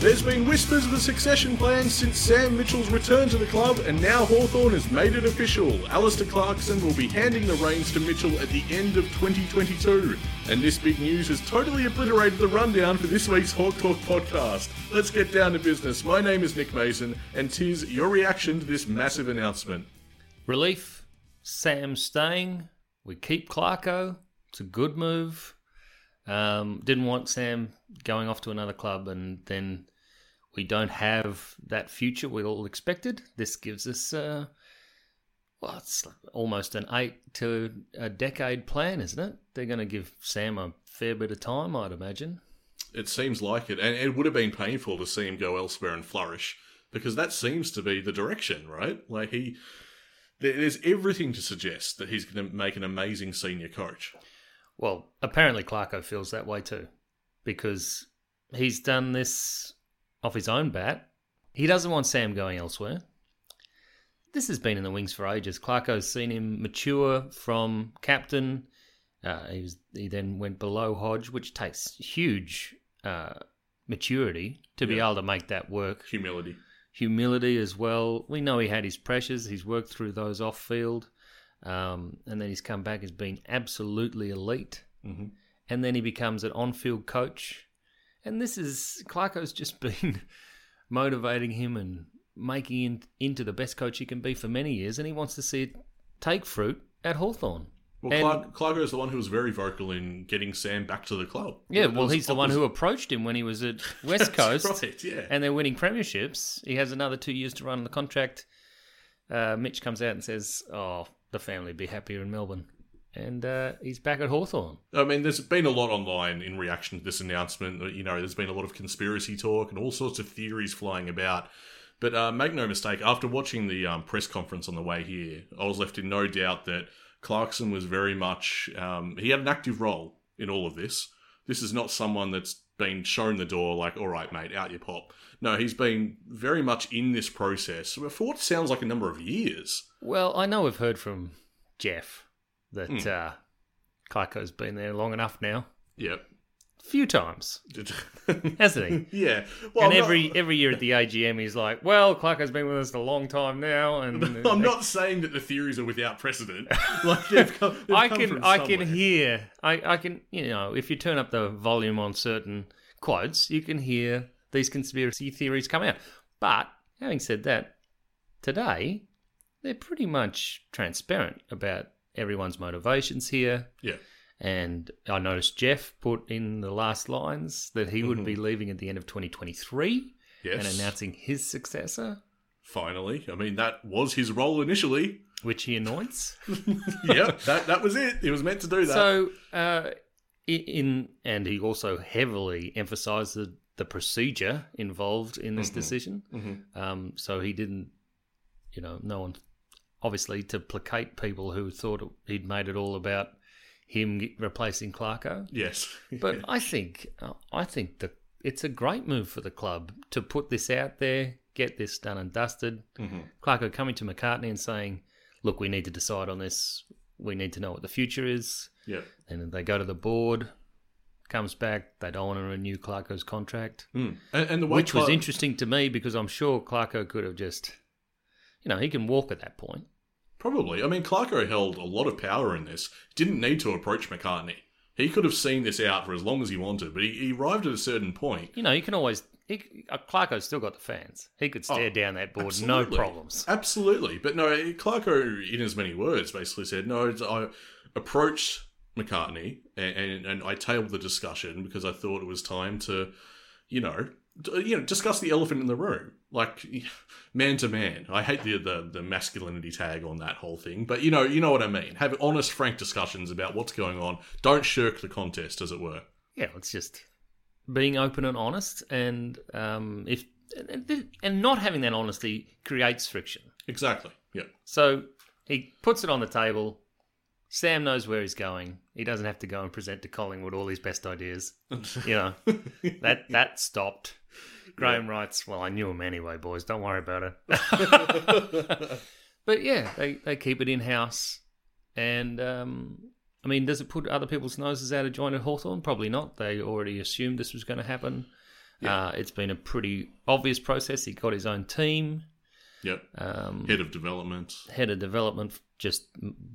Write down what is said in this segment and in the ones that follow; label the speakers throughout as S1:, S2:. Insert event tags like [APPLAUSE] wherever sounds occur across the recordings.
S1: There's been whispers of a succession plan since Sam Mitchell's return to the club, and now Hawthorn has made it official. Alistair Clarkson will be handing the reins to Mitchell at the end of 2022. And this big news has totally obliterated the rundown for this week's Hawk Talk podcast. Let's get down to business. My name is Nick Mason, and tis your reaction to this massive announcement.
S2: Relief. Sam staying. We keep Clarko. It's a good move. Um, didn't want Sam going off to another club, and then we don't have that future we all expected. This gives us, uh, well, it's almost an eight to a decade plan, isn't it? They're going to give Sam a fair bit of time, I'd imagine.
S1: It seems like it, and it would have been painful to see him go elsewhere and flourish because that seems to be the direction, right? Like he, there- there's everything to suggest that he's going to make an amazing senior coach.
S2: Well, apparently Clarko feels that way too, because he's done this off his own bat. He doesn't want Sam going elsewhere. This has been in the wings for ages. Clarko's seen him mature from captain. Uh, he, was, he then went below Hodge, which takes huge uh, maturity to be
S1: Yeah.
S2: able to make that work.
S1: Humility.
S2: Humility as well. We know he had his pressures. He's worked through those off field, um, and then he's come back. Has been absolutely elite
S1: Mm-hmm.
S2: and then he becomes an on-field coach. And this is Clarko's just [LAUGHS] been motivating him and making him into the best coach he can be for many years, and he wants to see it take fruit at Hawthorn.
S1: Well,
S2: And-
S1: Clark, Clarko is the one who was very vocal in getting Sam back to the club.
S2: Yeah,
S1: That
S2: well,
S1: was
S2: he's the one
S1: opposite-
S2: who approached him when he was
S1: [LAUGHS]
S2: at West
S1: That's
S2: Coast,
S1: right, yeah.
S2: and they're winning premierships. He has another two years to run the contract. Uh, Mitch comes out and says, "Oh, the family would be happier in Melbourne," and uh, he's back at Hawthorn.
S1: I mean, there's been a lot online in reaction to this announcement. You know, there's been a lot of conspiracy talk and all sorts of theories flying about. But uh, make no mistake, after watching the um, press conference on the way here, I was left in no doubt that Clarkson was very much, um, he had an active role in all of this. This is not someone that's been shown the door, like, all right, mate, out your pop. No, he's been very much in this process for what sounds like a number of years.
S2: Well, I know we've heard from Jeff that
S1: Hmm.
S2: uh, Kaiko's been there long enough now,
S1: Yep. [LAUGHS]
S2: a few times, hasn't he?
S1: yeah. Well,
S2: and
S1: I'm not-
S2: every every year at the AGM, he's like, "Well, Clarko's been with us a long time now,
S1: [LAUGHS]
S2: and
S1: I'm not saying that the theories are without
S2: [LAUGHS]
S1: precedent. Like they've come, they've
S2: I
S1: come from
S2: can I can
S1: somewhere.
S2: hear I, I can you know if you turn up the volume on certain quotes, you can hear these conspiracy theories come out. But having said that, today they're pretty much transparent about everyone's motivations here.
S1: Yeah.
S2: And I noticed Jeff put in the last lines that he would be leaving at the end of 2023
S1: Mm-hmm. Yes.
S2: and announcing his successor,
S1: Finally, I mean that was his role initially. [LAUGHS]
S2: which he anoints.
S1: yep. That that was it. He was meant to do that.
S2: So, uh, i- in and he also heavily emphasised the, the procedure involved in this decision.
S1: Mhm.
S2: Um, so he didn't, you know, no one obviously to placate people who thought it- he'd made it all about him ge- replacing Clarko. [LAUGHS]
S1: yes.
S2: But I think uh, I think that it's a great move for the club to put this out there, get this done and dusted.
S1: Mhm.
S2: Clarko coming to McCartney and saying, "Look, we need to decide on this. We need to know what the future is."
S1: Yep.
S2: And they go to the board, comes back. They don't want to renew Clarko's contract,
S1: Mm. And, and the way
S2: which was
S1: Clark-
S2: interesting to me because I'm sure Clarko could have just, you know, he can walk at that point.
S1: Probably. I mean, Clarko held a lot of power in this. Didn't need to approach McCartney. He could have seen this out for as long as he wanted, but he, he arrived at a certain point
S2: You know, you can always. He, uh, Clarko's still got the fans. He could stare down that board, no
S1: Oh, Absolutely.
S2: problems.
S1: Absolutely. But no, Clarko, in as many words, basically said, no, it's- I approached McCartney and, and, and I tabled the discussion because I thought it was time to, you know, d- you know, discuss the elephant in the room, like [LAUGHS] man to man. I hate the, the the masculinity tag on that whole thing, but you know, you know what I mean. Have honest, frank discussions about what's going on. Don't shirk the contest, as it were.
S2: yeah, it's just being open and honest, and um, if and- and and not having that honesty creates friction.
S1: Exactly. Yeah.
S2: So he puts it on the table. Sam knows where he's going. He doesn't have to go and present to Collingwood all his best ideas. You know that that stopped. Graham writes, "Well, I knew him anyway, boys. Don't worry about it." but yeah, they they keep it in house, and um, I mean, does it put other people's noses out of joint at Hawthorn? Probably not. They already assumed this was going to happen. Uh, it's been a pretty obvious process. He got his own team,
S1: Yep.
S2: um,
S1: Head of development.
S2: head of development, just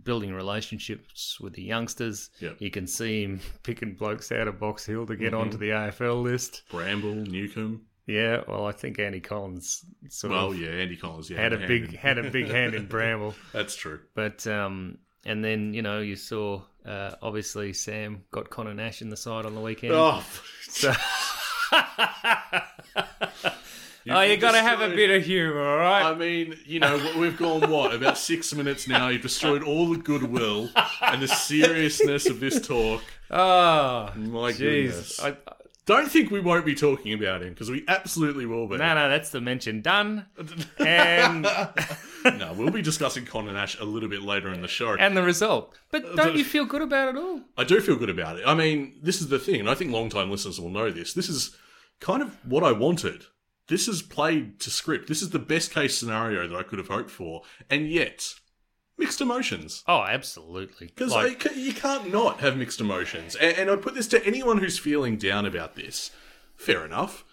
S2: building relationships with the youngsters.
S1: Yep. Mm-hmm.
S2: You can see him [LAUGHS] picking blokes out of Box Hill to get onto the AFL list.
S1: Bramble, Newcomb.
S2: Yeah, well, I think Andy Collins sort
S1: Well,
S2: of
S1: yeah, Andy Collins. Yeah,
S2: had a
S1: hand
S2: big
S1: in-
S2: had a big hand
S1: [LAUGHS]
S2: in Bramble.
S1: That's true.
S2: But um, and then you know you saw uh, obviously Sam got Connor Nash in the side on the weekend.
S1: Oh,
S2: So- oh, you
S1: can
S2: got to
S1: just
S2: have a
S1: go-
S2: bit of humor, all right?
S1: I mean, you know, we've gone what about six minutes now? You've destroyed all the goodwill and the seriousness of this talk.
S2: oh,
S1: My
S2: jeez.
S1: goodness.
S2: I-
S1: Don't think we won't be talking about him because we absolutely will be.
S2: No, no, that's the
S1: [LAUGHS]
S2: mention done, and
S1: no, we'll be discussing Connor Nash a little bit later in the show.
S2: and the result.
S1: [LAUGHS]
S2: But don't you feel good about it all?
S1: I do feel good about it. I mean, this is the thing, and I think long-time listeners will know this. This is kind of what I wanted. This is played to script. This is the best case scenario that I could have hoped for, and yet mixed emotions.
S2: Oh, absolutely.
S1: Because
S2: Like-
S1: you can't not have mixed emotions. And, and I put this to anyone who's feeling down about this. Fair enough.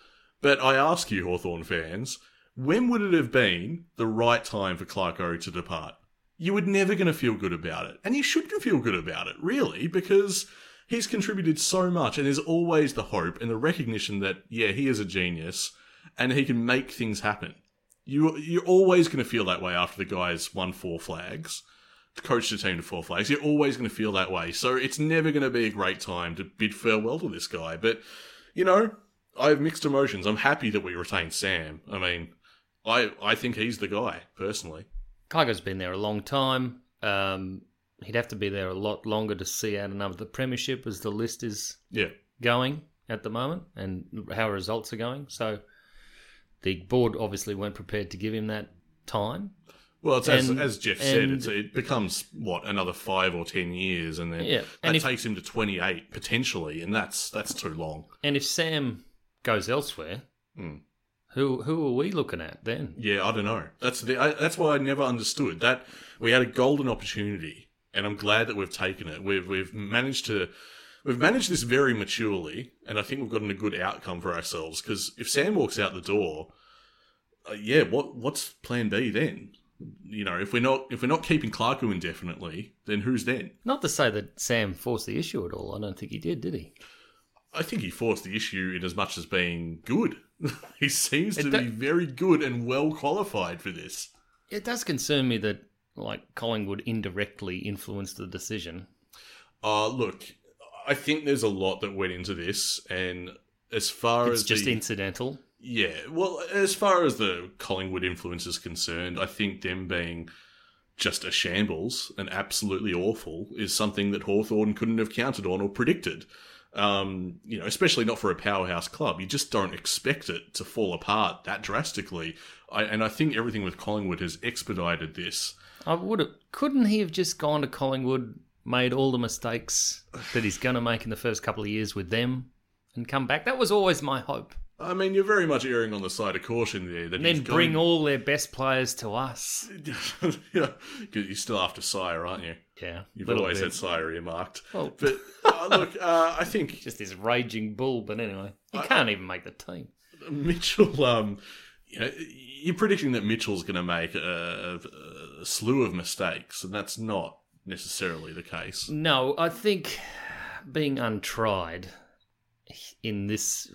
S1: But I ask you, Hawthorn fans, when would it have been the right time for Clarko to depart? You were never going to feel good about it. And you shouldn't feel good about it, really, because he's contributed so much. And there's always the hope and the recognition that, yeah, he is a genius and he can make things happen. You, you're always going to feel that way after the guy's won four flags coach the team to four flags. You're always going to feel that way. So it's never going to be a great time to bid farewell to this guy. But, you know, I have mixed emotions. I'm happy that we retained Sam. I mean, I I think he's the guy, personally.
S2: Kygo's been there a long time. Um, he'd have to be there a lot longer to see out another premiership as the list is
S1: Yeah.
S2: going at the moment and how results are going. So the board obviously weren't prepared to give him that time.
S1: Well, it's as,
S2: And-
S1: as Jeff said,
S2: and-
S1: it's, it becomes, what, another five or ten years, and then
S2: Yeah,
S1: that
S2: and if-
S1: takes him to 28, potentially, and that's that's too long.
S2: And if Sam goes elsewhere,
S1: Hmm.
S2: who who are we looking at then?
S1: Yeah, I don't know. That's the, I, that's why I never understood that we had a golden opportunity, and I'm glad that we've taken it. We've we've managed to we've managed this very maturely, and I think we've gotten a good outcome for ourselves. Because if Sam walks out the door, uh, yeah, what what's Plan B then? You know, if we're not if we're not keeping Clarko indefinitely, then who's then?
S2: Not to say that Sam forced the issue at all. I don't think he did, did he?
S1: I think he forced the issue in as much as being good. [LAUGHS] he seems to
S2: It do-
S1: be very good and well qualified for this.
S2: It does concern me that like Collingwood indirectly influenced the decision.
S1: Uh, look, I think there's a lot that went into this, and as far
S2: It's
S1: as
S2: just
S1: the,
S2: incidental.
S1: yeah, well, as far as the Collingwood influence is concerned, I think them being just a shambles and absolutely awful is something that Hawthorn couldn't have counted on or predicted. Um, you know, especially not for a powerhouse club. You just don't expect it to fall apart that drastically. I, and I think everything with Collingwood has expedited this.
S2: I would have. Couldn't he have just gone to Collingwood, made all the mistakes that he's going to make in the first couple of years with them, and come back? That was always my hope.
S1: I mean, you're very much erring on the side of caution there. That
S2: And then
S1: he's gone-
S2: bring all their best players to us.
S1: [LAUGHS] yeah, 'cause you're still after Sire, aren't you?
S2: Yeah,
S1: You've
S2: little
S1: always
S2: bit.
S1: had Sire earmarked.
S2: Well,
S1: But uh, look, uh, I think
S2: just this raging bull. But anyway, he can't even make the team.
S1: Mitchell. Um, you know, you're predicting that Mitchell's going to make a, a slew of mistakes, and that's not necessarily the case.
S2: No, I think being untried in this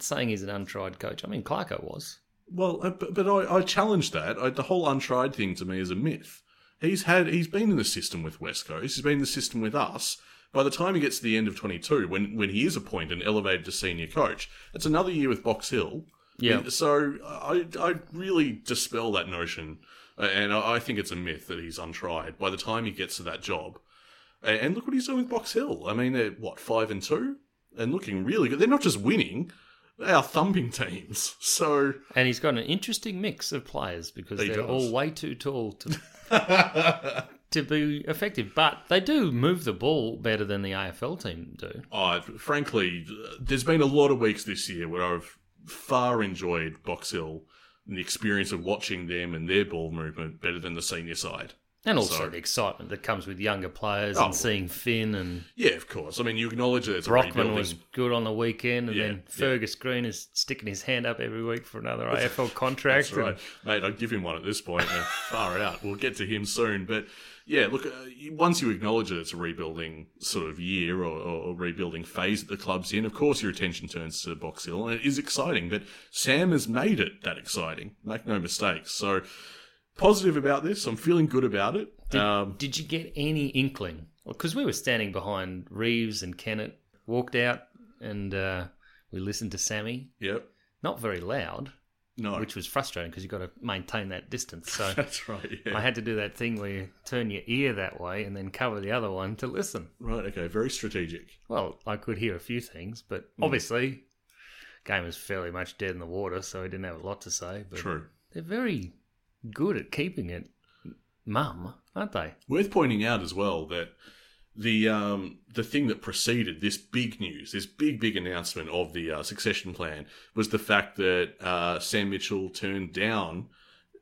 S2: saying he's an untried coach. I mean, Clarko was.
S1: Well, uh, but, but I, I challenge that. I, the whole untried thing to me is a myth. He's had he's been in the system with West Coast. He's been in the system with us. By the time he gets to the end of 22, when when he is appointed and elevated to senior coach, it's another year with Box Hill.
S2: Yeah,
S1: So I I really dispel that notion, uh, and I I think it's a myth that he's untried. By the time he gets to that job, A- and look what he's doing with Box Hill. I mean, they're what five and two, and looking really good. They're not just winning; they are thumping teams. [LAUGHS] So
S2: and he's got an interesting mix of players because
S1: He
S2: they're
S1: does.
S2: all way too tall to
S1: [LAUGHS]
S2: to be effective. But they do move the ball better than the AFL team do.
S1: I frankly, there's been a lot of weeks this year where I've far enjoyed Box Hill and the experience of watching them and their ball movement better than the senior side.
S2: And also
S1: So-
S2: the excitement that comes with younger players
S1: Oh.
S2: and seeing Finn and
S1: Yeah, of course. I mean, you acknowledge that it's a
S2: Brockman
S1: rebuilding.
S2: was good on the weekend, and
S1: Yeah,
S2: then
S1: yeah.
S2: Fergus Green is sticking his hand up every week for
S1: [LAUGHS]
S2: another AFL contract.
S1: That's right, mate. I'd give him one at this point. and [LAUGHS] far out. We'll get to him soon, but yeah, look. Uh, you- once you acknowledge that it's a rebuilding sort of year or, or rebuilding phase that the club's in, of course your attention turns to Box Hill, and it is exciting. But Sam has made it that exciting. Make no mistakes. So positive about this. I'm feeling good about it. um,
S2: And did you get any inkling? Because we were standing behind Reeves and Kennett, walked out, and uh, we listened to Sammy.
S1: yep.
S2: Not very loud,
S1: No. [LAUGHS]
S2: which was frustrating because you've got to maintain that distance. So
S1: that's right. [LAUGHS] Yeah.
S2: I had to do that thing where you turn your ear that way and then cover the other one to listen.
S1: right. Okay. Very strategic.
S2: Well, I could hear a few things, but
S1: Mm.
S2: obviously, game was fairly much dead in the water, so he didn't have a lot to say. But
S1: True.
S2: they're very good at keeping it mum, aren't they?
S1: Worth pointing out as well that the um, the thing that preceded this big news, this big big announcement of the uh, succession plan, was the fact that uh, Sam Mitchell turned down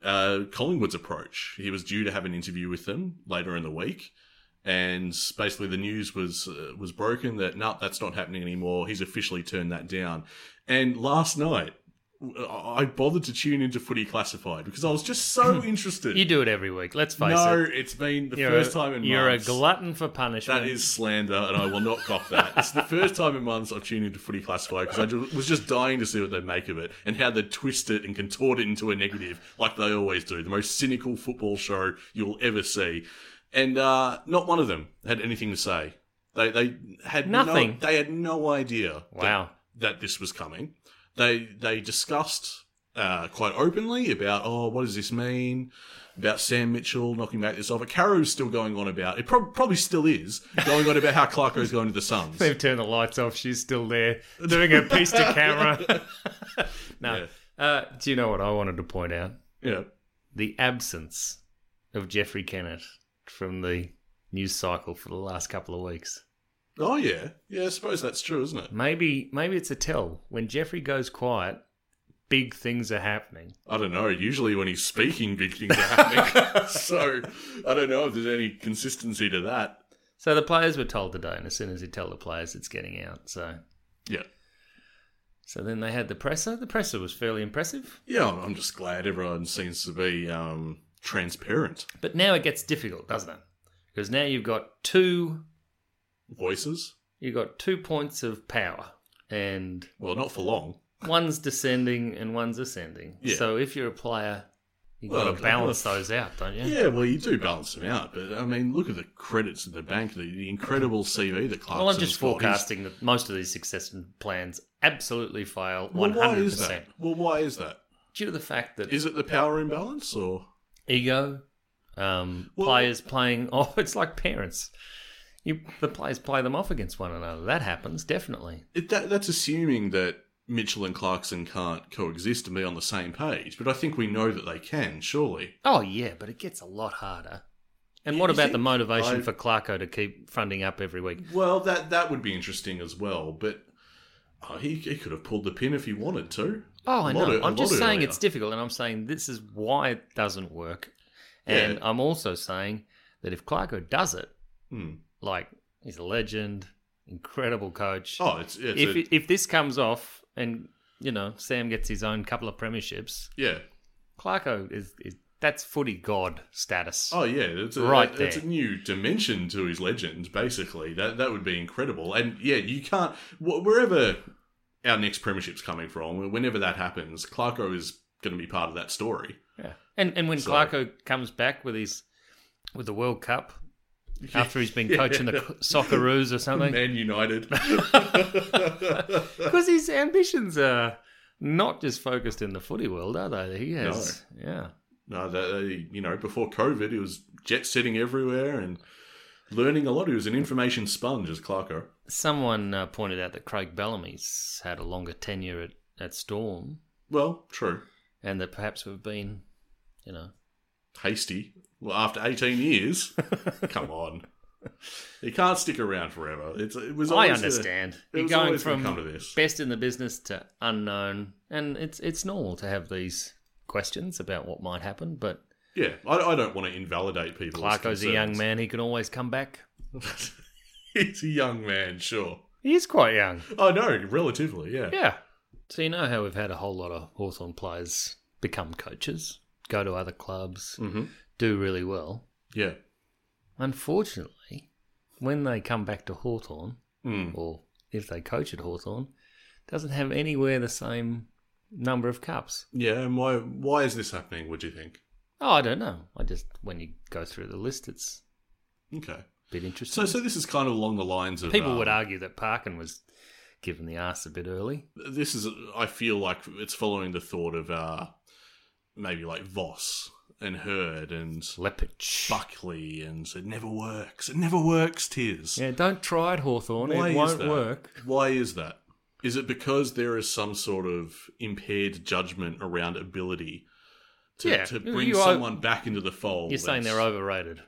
S1: uh, Collingwood's approach. He was due to have an interview with them later in the week, and basically the news was uh, was broken that no, that's not happening anymore. He's officially turned that down. And last night, I I bothered to tune into Footy Classified because I was just so interested.
S2: You do it every week. Let's face it.
S1: No, it's been the first time in
S2: you're
S1: months.
S2: a glutton for punishment.
S1: that is slander, and I will not cop that. It's the first time in months I've tuned into Footy Classified because I ju- was just dying to see what they make of it and how they twist it and contort it into a negative, like they always do. The most cynical football show you'll ever see, and uh, not one of them had anything to say. They they had no-
S2: Nothing.
S1: they had no idea. that-
S2: wow.
S1: that this was coming. They they discussed uh, quite openly about oh what does this mean about Sam Mitchell knocking back this offer. Caro's still going on about it. Prob- probably still is going on about how Clarko's going to the
S2: [LAUGHS]
S1: Suns.
S2: They've turned the lights off. She's still there
S1: [LAUGHS]
S2: doing her piece to camera. [LAUGHS] no. Uh, do you know what I wanted to point out?
S1: Yeah,
S2: The absence of Jeffrey Kennett from the news cycle for the last couple of weeks.
S1: oh yeah, yeah. I suppose that's true, isn't it?
S2: Maybe maybe it's a tell. When Jeffrey goes quiet, big things are happening.
S1: I don't know. Usually when he's speaking, big things are happening. so I don't know if there's any consistency to that.
S2: So the players were told today, and as soon as you tell the players, it's getting out. So
S1: Yeah.
S2: so then they had the presser. The presser was fairly impressive.
S1: Yeah, I'm I'm just glad everyone seems to be um, transparent.
S2: But now it gets difficult, doesn't it? Because now you've got two
S1: Voices?
S2: you've got two points of power, and
S1: Well, not for long.
S2: one's descending and one's ascending.
S1: Yeah.
S2: So if you're a player, you've
S1: Well,
S2: got to
S1: okay.
S2: balance those out, don't you?
S1: Yeah, well, you do balance them out, but I mean, look at the credits in the bank, the, the incredible CV that Clarkson.
S2: Well, I'm just forecasting that most of these succession plans absolutely fail
S1: Well, why is
S2: 100%
S1: that? Well, why is that?
S2: due to the fact that
S1: Is it the power imbalance, or
S2: ego, um,
S1: Well-
S2: players playing [LAUGHS] off. It's like parents. You, the players play them off against one another. That happens definitely.
S1: it, that, that's assuming that Mitchell and Clarkson can't coexist and be on the same page? But I think we know that they can, surely.
S2: Oh yeah, but it gets a lot harder. And what
S1: You
S2: about
S1: think?
S2: the motivation
S1: I-
S2: for Clarko to keep fronting up every week?
S1: Well, that that would be interesting as well, but oh, he he could have pulled the pin if he wanted to.
S2: Oh, I
S1: A lot
S2: know.
S1: of- a
S2: I'm just
S1: lot
S2: saying
S1: earlier.
S2: it's difficult, and I'm saying this is why it doesn't work. And
S1: Yeah.
S2: I'm also saying that if Clarko does it,
S1: Hmm.
S2: like he's a legend, incredible coach.
S1: Oh, it's, it's
S2: if
S1: a-
S2: it- if this comes off, and you know Sam gets his own couple of premierships,
S1: yeah.
S2: Clarko is, is that's footy god status.
S1: Oh yeah, it's a,
S2: Right
S1: It's a
S2: there.
S1: new dimension to his legend. Basically, that that would be incredible. And yeah, you can't wh- wherever our next premiership's coming from. Whenever that happens, Clarko is going to be part of that story.
S2: Yeah. And and when
S1: So-
S2: Clarko comes back with his with the
S1: [LAUGHS]
S2: World Cup after he's been
S1: Yeah. [LAUGHS]
S2: coaching the Socceroos or something,
S1: Man
S2: [LAUGHS]
S1: United. [LAUGHS]
S2: because his ambitions are not just focused in the footy world, are they? He has, yeah.
S1: no, that, they- you know, before COVID, he was jet setting everywhere and learning a lot. He was an information sponge as Clarko.
S2: Someone uh, pointed out that Craig Bellamy's had a longer tenure at, at Storm,
S1: Well, true,
S2: and that perhaps we've been, you know,
S1: hasty. Well, after eighteen years, [LAUGHS] come on. He can't stick around forever. It's, it was.
S2: I
S1: always a-
S2: understand.
S1: it
S2: You're
S1: was
S2: going
S1: always gonna
S2: from
S1: come to this.
S2: best in the business to unknown, and it's it's normal to have these questions about what might happen. But
S1: Yeah, I, I don't want to invalidate people.
S2: Clarko's a young man; he can always come back.
S1: [LAUGHS] He's a young man, sure.
S2: He is quite young.
S1: I know, relatively, yeah.
S2: Yeah. So you know how we've had a whole lot of Hawthorn players become coaches, go to other clubs,
S1: Mm-hmm.
S2: do really well.
S1: Yeah.
S2: Unfortunately, when they come back to Hawthorn,
S1: Mm.
S2: or if they coach at Hawthorn, doesn't have anywhere the same number of cups.
S1: Yeah, and why, why is this happening, would you think?
S2: Oh, I don't know. I just when you go through the list, it's
S1: Okay.
S2: a bit
S1: So
S2: interesting.
S1: so this is kind of along the lines of.
S2: People
S1: um,
S2: would argue that Parkin was given the arse a bit early.
S1: this is I feel like it's following the thought of uh maybe like Voss and Hurd and
S2: Lepich.
S1: Buckley and it never works. It never works, tis.
S2: Yeah, don't try it, Hawthorn.
S1: Why
S2: It
S1: is
S2: won't
S1: that?
S2: work.
S1: Why is that? Is it because there is some sort of impaired judgment around ability to,
S2: Yeah,
S1: to bring
S2: you are-
S1: someone back into the fold?
S2: You're saying
S1: that's-
S2: they're overrated.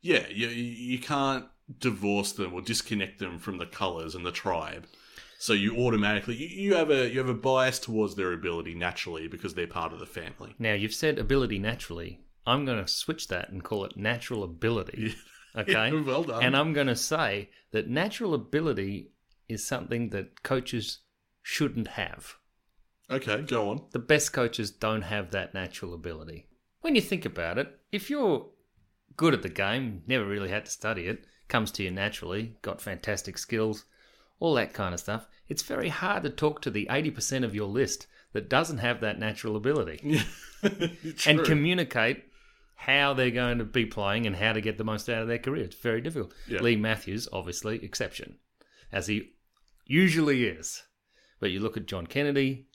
S1: Yeah, you, you can't divorce them or disconnect them from the colors and the tribe. So you automatically you, you have a you have a bias towards their ability naturally because they're part of the family.
S2: Now you've said ability naturally. I'm going to switch that and call it natural ability. Okay.
S1: [LAUGHS] Yeah, well done.
S2: and I'm going to say that natural ability is something that coaches shouldn't have.
S1: okay, go on.
S2: The best coaches don't have that natural ability. When you think about it, if you're good at the game, never really had to study it, comes to you naturally, got fantastic skills, all that kind of stuff, it's very hard to talk to the 80% of your list that doesn't have that natural ability
S1: [LAUGHS]
S2: and
S1: Mm, True.
S2: communicate how they're going to be playing and how to get the most out of their career. It's very difficult.
S1: Yeah.
S2: Lee Matthews, obviously, exception, as he usually is. But you look at John Kennedy,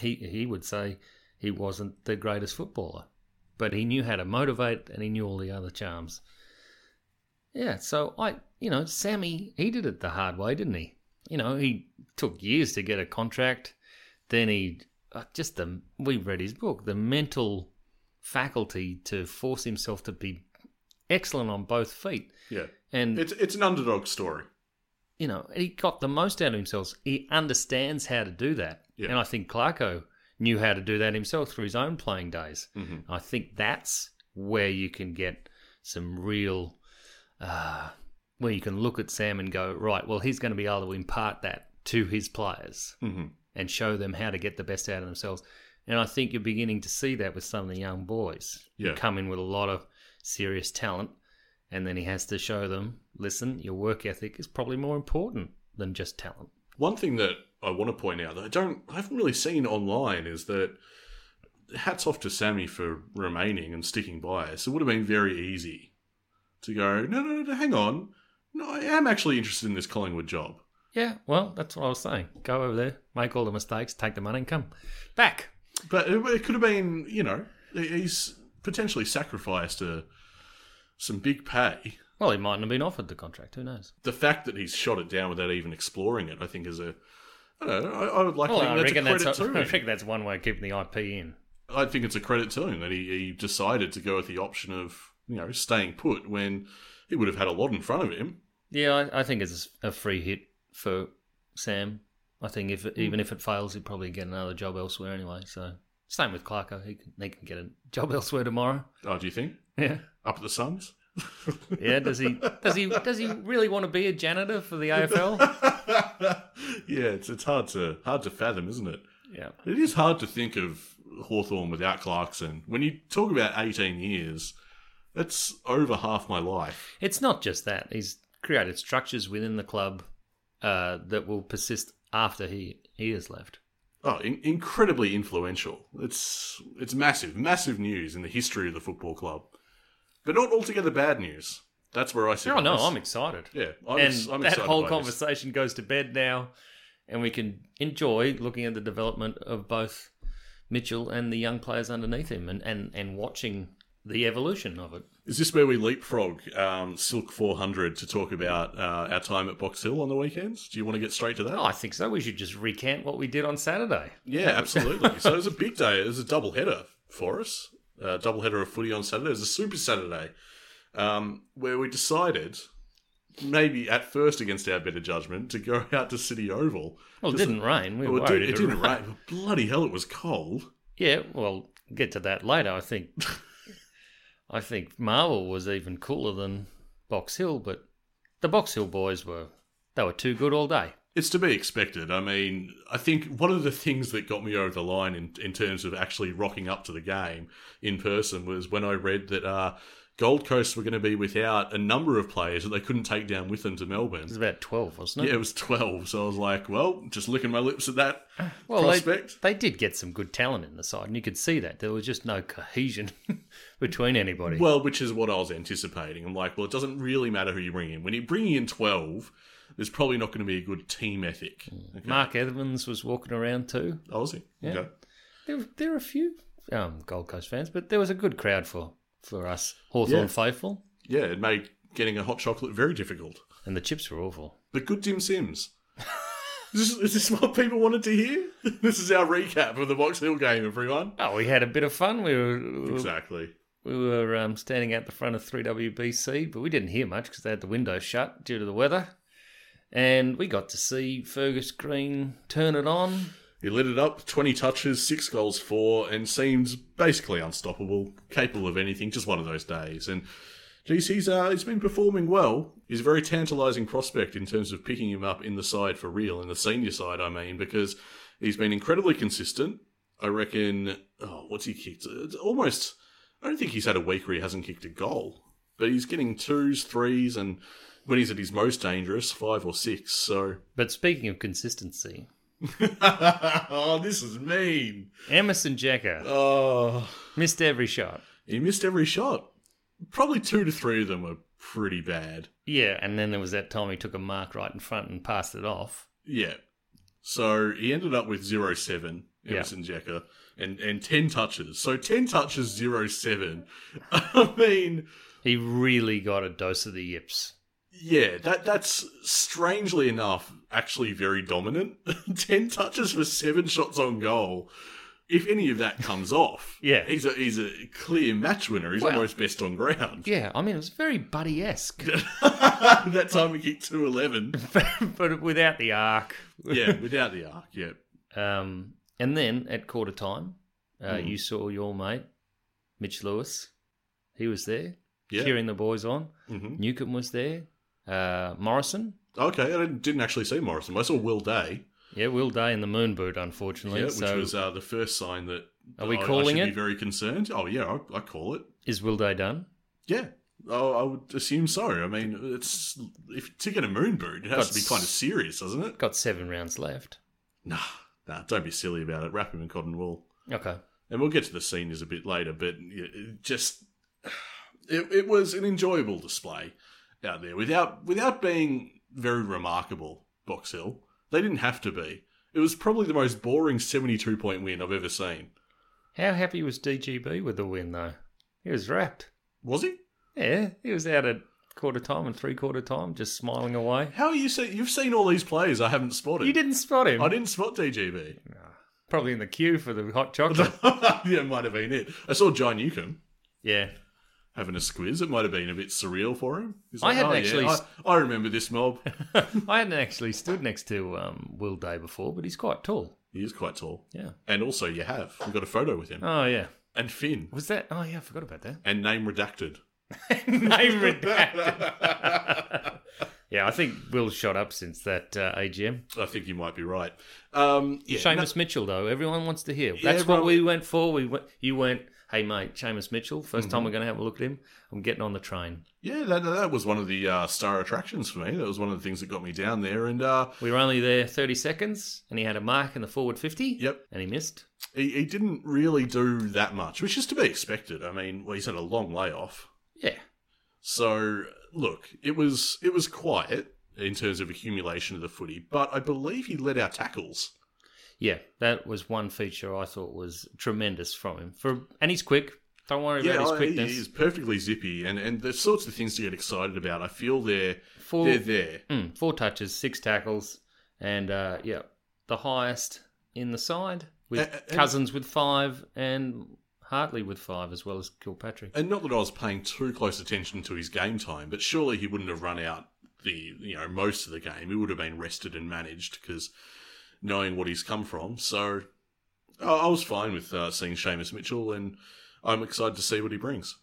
S2: he he would say he wasn't the greatest footballer, but he knew how to motivate and he knew all the other charms. Yeah, so I, you know, Sammy, he did it the hard way, didn't he? You know, he took years to get a contract. Then he uh, just the we read his book, the mental faculty to force himself to be excellent on both feet,
S1: yeah,
S2: and
S1: it's it's an underdog story.
S2: you know, he got the most out of himself. He understands how to do that.
S1: Yeah.
S2: And I think Clarko knew how to do that himself through his own playing days.
S1: Mhm.
S2: I think that's where you can get some real, uh, where you can look at Sam and go, right, well, he's going to be able to impart that to his players
S1: Mm-hmm.
S2: and show them how to get the best out of themselves. And I think you're beginning to see that with some of the young boys who
S1: Yeah.
S2: come in with a lot of serious talent, and then he has to show them, listen, your work ethic is probably more important than just talent.
S1: One thing that I want to point out that I don't I haven't really seen online is that hats off to Sammy for remaining and sticking by us. It would have been very easy to go, no, no, no, hang on. No, I am actually interested in this Collingwood job.
S2: Yeah, well, that's what I was saying. Go over there, make all the mistakes, take the money, and come back.
S1: But it, it could have been, you know, he's potentially sacrificed a, some big pay.
S2: Well, he mightn't have been offered the contract. Who knows?
S1: The fact that he's shot it down without even exploring it, I think, is a. I don't know. I, I would like
S2: Well,
S1: to think
S2: I
S1: that's a
S2: reckon that's,
S1: credit
S2: [LAUGHS] I
S1: to him.
S2: reckon that's one way of keeping the IP in.
S1: I think it's a credit to him that he, he decided to go with the option of you know staying put when he would have had a lot in front of him.
S2: Yeah, I, I think it's a free hit for Sam. I think if even if it fails, he'd probably get another job elsewhere anyway. So same with Clarko, he can, he can get a job elsewhere tomorrow.
S1: Oh, do you think
S2: Yeah,
S1: up at the Suns? [LAUGHS]
S2: yeah. Does he? Does he? Does he really want to be a janitor for the AFL?
S1: yeah, it's it's hard to hard to fathom, isn't it?
S2: [LAUGHS] Yeah,
S1: It is hard to think of Hawthorn without Clarkson. When you talk about eighteen years, that's over half my life.
S2: it's not just that he's created structures within the club uh, that will persist after he he has left.
S1: Oh, in- incredibly influential. It's it's massive, massive news in the history of the football club, but not altogether bad news. That's where I sit.
S2: Oh
S1: on
S2: no,
S1: this.
S2: I'm excited.
S1: Yeah, I'm,
S2: and
S1: ex- I'm
S2: that
S1: excited
S2: whole
S1: by this.
S2: conversation goes to bed now, and we can enjoy looking at the development of both Mitchell and the young players underneath him, and and, and watching the evolution of it.
S1: Is this where we leapfrog um, Silk 400 to talk about uh, our time at Box Hill on the weekends? Do you want to get straight to that?
S2: Oh, I think so. We should just recant what we did on Saturday.
S1: yeah, absolutely. so it was a big day. It was a double header for us. A double header of footy on Saturday. It was a Super Saturday um, where we decided, maybe at first against our better judgment, to go [LAUGHS] out to City Oval.
S2: Well, it
S1: Just-
S2: didn't rain. We were
S1: Well, it, did,
S2: worried.
S1: it didn't rain. but Bloody hell, it was cold. [LAUGHS]
S2: Yeah. Well, get to that later. I think I think Marvel was even cooler than Box Hill, but the Box Hill boys were they were too good all day.
S1: It's to be expected. I mean, I think one of the things that got me over the line in, in terms of actually rocking up to the game in person was when I read that uh, Gold Coast were going to be without a number of players that they couldn't take down with them to
S2: It was
S1: Melbourne.
S2: about twelve, wasn't it?
S1: Yeah, it was 12. So I was like, well, just licking my lips at that
S2: well,
S1: prospect.
S2: They, they did get some good talent in the side, and you could see that there was just no cohesion [LAUGHS] between anybody.
S1: Well, which is what I was anticipating. I'm like, well, it doesn't really matter who you bring in. When you bring in 12, there's probably not going to be a good team ethic. Okay.
S2: Mark Evans was walking around too.
S1: Oh, is he?
S2: Mm. Yeah.
S1: Okay.
S2: There, there were a few um, Gold Coast fans, but there was a good crowd for for us Hawthorn
S1: Yeah.
S2: faithful,
S1: Yeah, it made getting a hot chocolate very difficult.
S2: and the chips were awful.
S1: But good Tim Sims. [LAUGHS] Is this, is this what people wanted to hear? [LAUGHS] This is our recap of the Box Hill game, everyone.
S2: Oh, we had a bit of fun. We were
S1: Exactly.
S2: we were um, standing out the front of 3WBC, but we didn't hear much because they had the window shut due to the weather. And we got to see Fergus Green turn it on.
S1: He lit it up, 20 touches, 6 goals, 4, and seems basically unstoppable, capable of anything, just one of those days. And geez, he's, uh, he's been performing well. He's a very tantalising prospect in terms of picking him up in the side for real, in the senior side, I mean, because he's been incredibly consistent. I reckon, oh, what's he kicked? It's almost, I don't think he's had a week where he hasn't kicked a goal, but he's getting twos, threes, and when he's at his most dangerous, five or six. So, [LAUGHS]
S2: But speaking of consistency,
S1: oh, this is mean.
S2: Emerson Jacker
S1: Oh,
S2: missed every shot.
S1: he missed every shot. Probably two to three of them were pretty bad.
S2: Yeah, and then there was that time he took a mark right in front and passed it off.
S1: Yeah. So he ended up with zero seven
S2: Yeah.
S1: Emerson Jekka and and ten touches. So ten touches, zero seven. [LAUGHS] I mean,
S2: He really got a dose of the yips.
S1: yeah, that that's strangely enough actually very dominant. [LAUGHS] ten touches for seven shots on goal. If any of that comes off,
S2: [LAUGHS] Yeah.
S1: he's a he's a clear match winner. He's
S2: Well-
S1: almost best on ground. [LAUGHS]
S2: Yeah, I mean, it was very Buddy esque,
S1: that time he kicked two eleven.
S2: [LAUGHS] but without the arc. [LAUGHS]
S1: yeah, without the arc. Yeah,
S2: Um, and then at quarter time, uh,
S1: Mm.
S2: you saw your mate, Mitch Lewis. He was there,
S1: yeah.
S2: cheering the boys on.
S1: hmm
S2: Newcomb was there. Uh, Morrison.
S1: Okay, I didn't- didn't actually see Morrison. I saw Will Day,
S2: Yeah, Will Day in the moon boot, unfortunately.
S1: yeah, which
S2: so
S1: was uh, the first sign that
S2: Are we
S1: I-
S2: calling
S1: I should
S2: it?
S1: Be very concerned. Oh yeah, I, I call it.
S2: is Will Day done?
S1: Yeah, oh, I would assume so. I mean, it's if to get a moon boot, it has
S2: Got
S1: to be
S2: s-
S1: kind of serious, doesn't it?
S2: Got seven rounds left.
S1: Nah, nah, don't be silly about it. Wrap him in cotton wool.
S2: Okay.
S1: and we'll get to the seniors a bit later, but yeah, it just it, it was an enjoyable display out there without without being very remarkable. Box Hill, they didn't have to be. It was probably the most boring seventy-two point win I've ever seen.
S2: How happy was DGB with the win though? He was wrapped.
S1: Was he?
S2: Yeah, he was out at quarter time and three quarter time, just smiling away.
S1: How are you? See- you've seen all these plays I haven't spotted.
S2: You didn't spot him.
S1: I didn't spot DGB.
S2: Probably in the queue for the hot chocolate.
S1: [LAUGHS] yeah, it might have been it. I saw John Newcomb
S2: yeah.
S1: having a squiz. It might have been a bit surreal for him. He's "Oh,
S2: I hadn't actually
S1: Yeah,
S2: s-
S1: I, I remember this mob.
S2: I hadn't actually stood next to um, Will Day before, but he's quite tall.
S1: he is quite tall.
S2: Yeah.
S1: And also, you have. We've got a photo with him.
S2: Oh yeah.
S1: And Finn.
S2: Was that? Oh yeah, I forgot
S1: [LAUGHS]
S2: about that.
S1: And name
S2: [LAUGHS]
S1: redacted.
S2: Name redacted. [LAUGHS] yeah, I think Will shot up since that uh, AGM.
S1: I think you might be right. Um, yeah, no-
S2: Seamus Mitchell, though, everyone wants to hear.
S1: Yeah,
S2: That's
S1: everyone-
S2: what we went for. We went, you went, hey mate, Seamus Mitchell. 1st time we're going to have a look at him. I'm getting on the train.
S1: yeah, that, that was one of the uh, star attractions for me. That was one of the things that got me down there. And uh,
S2: We were only there 30 seconds, and he had a mark in the forward 50.
S1: Yep.
S2: and he missed.
S1: he, he didn't really do that much, which is to be expected. I mean, well, he's had a long layoff.
S2: Yeah,
S1: So look, it was it was quiet in terms of accumulation of the footy, but I believe he led our tackles.
S2: yeah, that was one feature I thought was tremendous from him. For and he's quick. Don't worry
S1: Yeah,
S2: about his
S1: oh, he-
S2: quickness.
S1: he's perfectly zippy, and and the sorts of things to get excited about. I feel they're
S2: Four,
S1: they're there.
S2: mm, four touches, six tackles, and uh, yeah, the highest in the side with
S1: A- a- and-
S2: Cousins with five and Hartley with five, as well as Kilpatrick.
S1: And not that I was paying too close attention to his game time, but surely he wouldn't have run out the you know most of the game. He would have been rested and managed because knowing what he's come from. So I I was fine with uh, seeing Seamus Mitchell, and I'm excited to see what he brings.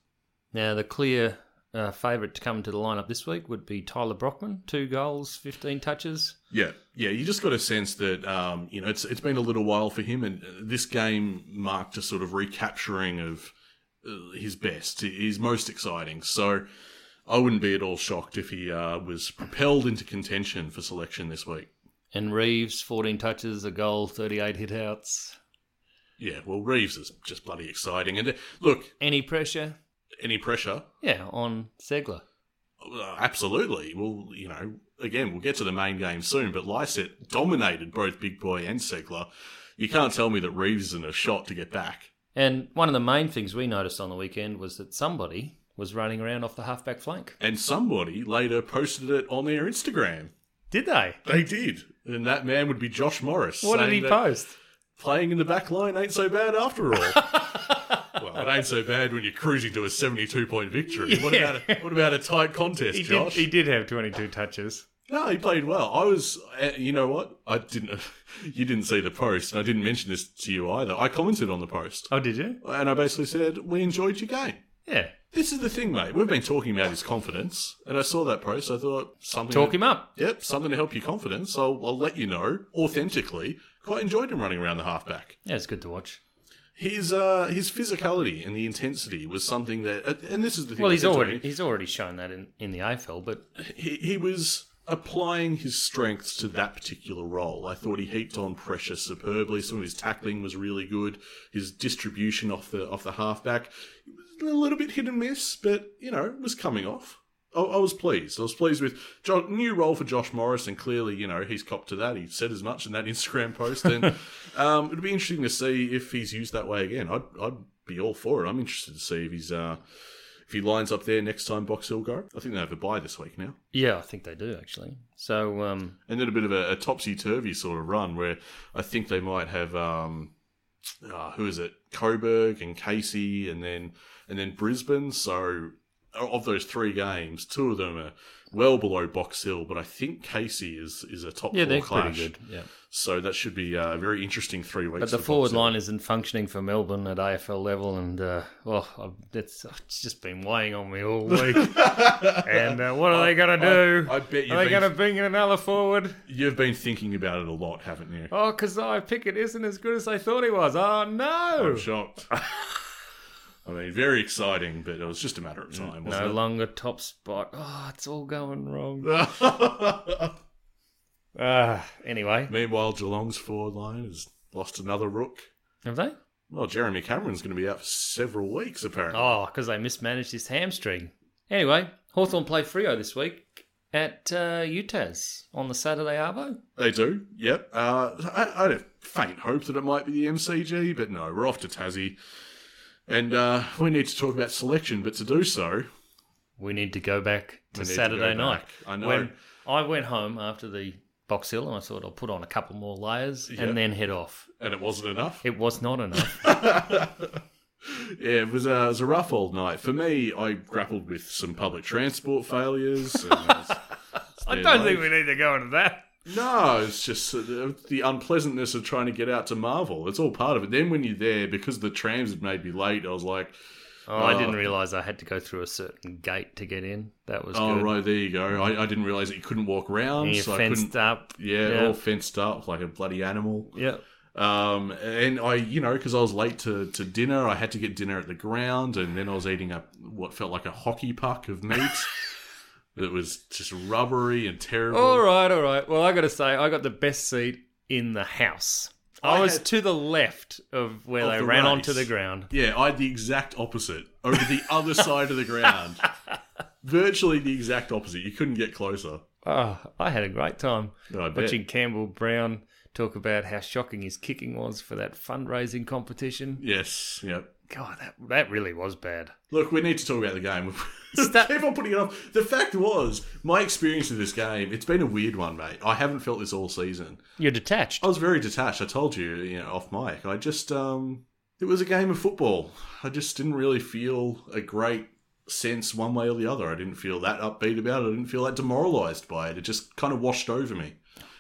S2: Now, the clear uh, favourite to come into the lineup this week would be Tyler Brockman, two goals, 15 touches.
S1: Yeah, yeah. You just got a sense that um, you know it's it's been a little while for him, and uh, this game marked a sort of recapturing of uh, his best, his most exciting. So I wouldn't be at all shocked if he uh, was propelled into contention for selection this week.
S2: And Reeves, 14 touches, a goal, 38 hit outs.
S1: Yeah, well, Reeves is just bloody exciting. And uh, look,
S2: Any pressure?
S1: any pressure?
S2: Yeah, on Segler.
S1: Uh, Absolutely. Well, you know, again, we'll get to the main game soon, but Lyset dominated both Big Boy and Segler. You can't tell me that Reeves isn't a shot to get back.
S2: And one of the main things we noticed on the weekend was that somebody was running around off the halfback flank.
S1: And somebody later posted it on their Instagram.
S2: Did they?
S1: They did. And that man would be Josh Morris.
S2: What did
S1: saying
S2: he
S1: that
S2: post?
S1: Playing in the back line ain't so bad after
S2: [LAUGHS]
S1: all. well, it ain't so bad when you're cruising to a 72 point victory. What,
S2: Yeah.
S1: about a, what about a tight contest,
S2: He did,
S1: Josh?
S2: he did have 22 touches.
S1: No, he played well. I was, uh, you know what? I didn't, [LAUGHS] you didn't see the post, and I didn't mention this to you either. I commented on the post,
S2: Oh, did you?
S1: and I basically said, We enjoyed your game.
S2: Yeah.
S1: This is the thing, mate. We've been talking about his confidence, and I saw that post. I thought, something.
S2: Talk him up.
S1: Yep, something to help your confidence. I'll, I'll let you know authentically. Quite enjoyed him running around the halfback.
S2: Yeah, it's good to watch.
S1: His uh, his physicality and the intensity was something that, and this is the thing.
S2: Well,
S1: I
S2: he's
S1: said to
S2: already
S1: him,
S2: he's already shown that in, in the AFL, but
S1: he, he was applying his strengths to that particular role. I thought he heaped on pressure superbly. Some of his tackling was really good. His distribution off the off the halfback a little bit hit and miss, but you know was coming off. I, I was pleased. I was pleased with jo- new role for Josh Morris, and clearly, you know, he's copped to that. He said as much in that [LAUGHS] Instagram post, and um, it'd be interesting to see if he's used that way again. I'd I'd be all for it. I'm interested to see if he's. Uh, if he lines up there next time Box Hill go, I think they have a bye this week now
S2: yeah, I think they do actually. So um,
S1: and then a bit of a, a topsy turvy sort of run where I think they might have um, uh, who is it Coburg and Casey and then and then Brisbane. So of those three games, two of them are well below Box Hill, but I think Casey is is a top
S2: yeah,
S1: four
S2: they're
S1: clash.
S2: pretty good. Yeah,
S1: So that should be uh, a very interesting three weeks.
S2: but
S1: for
S2: the
S1: Box
S2: forward
S1: Hill.
S2: line isn't functioning for Melbourne at AFL level, and uh, well, I've, it's, it's just been weighing on me
S1: [LAUGHS]
S2: all week. and uh, what are they going to do?
S1: I bet you've
S2: are they
S1: been-
S2: going to bring in another forward?
S1: You've been thinking about it a lot, haven't you?
S2: Oh, Kazai Pickett isn't as good as they thought he was. Oh no!
S1: I'm
S2: [LAUGHS]
S1: shocked. I mean, very exciting, but it was just a matter of time, wasn't
S2: No
S1: it?
S2: longer top spot. Oh, it's all
S1: [LAUGHS]
S2: going wrong. Ah, anyway,
S1: Meanwhile, Geelong's forward line has lost another rook.
S2: have they?
S1: Well, Jeremy Cameron's going to be out for several weeks, apparently.
S2: Oh, because they mismanaged his hamstring. Anyway, Hawthorn play Frio this week at uh, UTAS on the Saturday Arvo.
S1: They do, yep. Uh, I, I'd have faint hope that it might be the MCG, but no, we're off to Tassie. And uh, we need to talk about selection, but to do so,
S2: We need to go back to
S1: We need to
S2: Saturday
S1: go
S2: night.
S1: back. I know.
S2: When I went home after the Box Hill and I thought I'll put on a couple more layers
S1: Yeah.
S2: and then head off.
S1: and it wasn't enough.
S2: It was not enough.
S1: Yeah, it was, a, it was a rough old night. For me, I grappled with some public transport failures. And
S2: [LAUGHS] [LAUGHS] I don't think we need to go into that.
S1: No, it's just the, the unpleasantness of trying to get out to Marvel. It's all part of it. Then when you're there, because the trams had made me late, I was like,
S2: Oh, I didn't realise I had to go through a certain gate to get in. That was
S1: "Oh,
S2: good.
S1: right, there you go." I, I didn't realize that you couldn't walk around,
S2: And you
S1: so I
S2: fenced
S1: couldn't.
S2: up.
S1: Yeah,
S2: Yeah.
S1: all fenced up like a bloody animal.
S2: Yeah.
S1: Um, and I, you know, because I was late to, to dinner, I had to get dinner at the ground, and then I was eating up what felt like a hockey puck of
S2: [LAUGHS]
S1: meat. It was just rubbery and terrible.
S2: All right, all right. Well, I got to say, I got the best seat in the house. I,
S1: I
S2: was
S1: had-
S2: to the left of where
S1: Of
S2: they
S1: the
S2: ran
S1: race.
S2: onto the ground.
S1: Yeah, I had the exact opposite over the other side of the ground. Virtually the exact opposite. You couldn't get closer.
S2: Oh, I had a great time
S1: I bet.
S2: watching Campbell Brown talk about how shocking his kicking was for that fundraising competition.
S1: Yes. Yep.
S2: God, that that really was bad.
S1: Look, we need to talk about the game. [LAUGHS]
S2: Stop.
S1: Keep on putting it off. The fact was, my experience with this game, it's been a weird one, mate. I haven't felt this all season.
S2: You're detached.
S1: I was very detached. I told you, you know, off mic. I just, um, it was a game of football. I just didn't really feel a great sense one way or the other. I didn't feel that upbeat about it. I didn't feel that demoralized by it. It just kind of washed over me.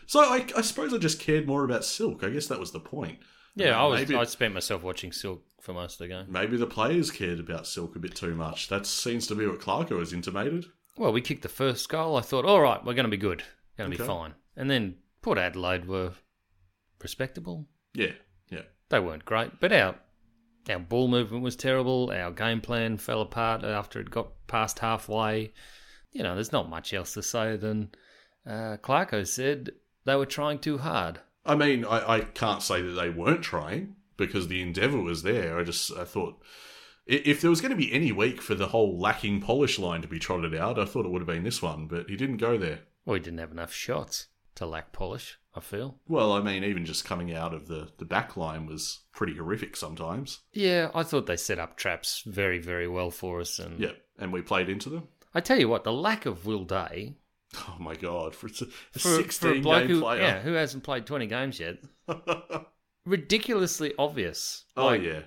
S1: So I, I suppose I just cared more about Silk. I guess that was the point.
S2: Yeah,
S1: Uh,
S2: I was.
S1: maybe-
S2: I spent myself watching Silk for most of the game.
S1: Maybe the players cared about Silk a bit too much. That seems to be what Clarko has intimated.
S2: Well, we kicked the first goal. I thought, all right, we're going to be good, going to
S1: Okay.
S2: be fine. And then Port Adelaide were respectable.
S1: Yeah, yeah.
S2: They weren't great, but our our ball movement was terrible. Our game plan fell apart after it got past halfway. You know, there's not much else to say than uh, Clarko said they were trying too hard.
S1: I mean, I, I can't say that they weren't trying because the endeavour was there. I just I thought i- if there was going to be any week for the whole lacking polish line to be trotted out, I thought it would have been this one, but he didn't go there.
S2: We didn't have enough shots to lack polish. I feel.
S1: Well, I mean, even just coming out of the, the back line was pretty horrific sometimes.
S2: Yeah, I thought they set up traps very, very well for us. And
S1: Yeah, and we played into them.
S2: I tell you what, the lack of Will Day
S1: Oh my god, for a, a
S2: for, for a
S1: sixteen
S2: bloke
S1: game
S2: who, yeah,
S1: player.
S2: who hasn't played 20
S1: [LAUGHS]
S2: games yet, ridiculously obvious.
S1: oh
S2: Like,
S1: yeah,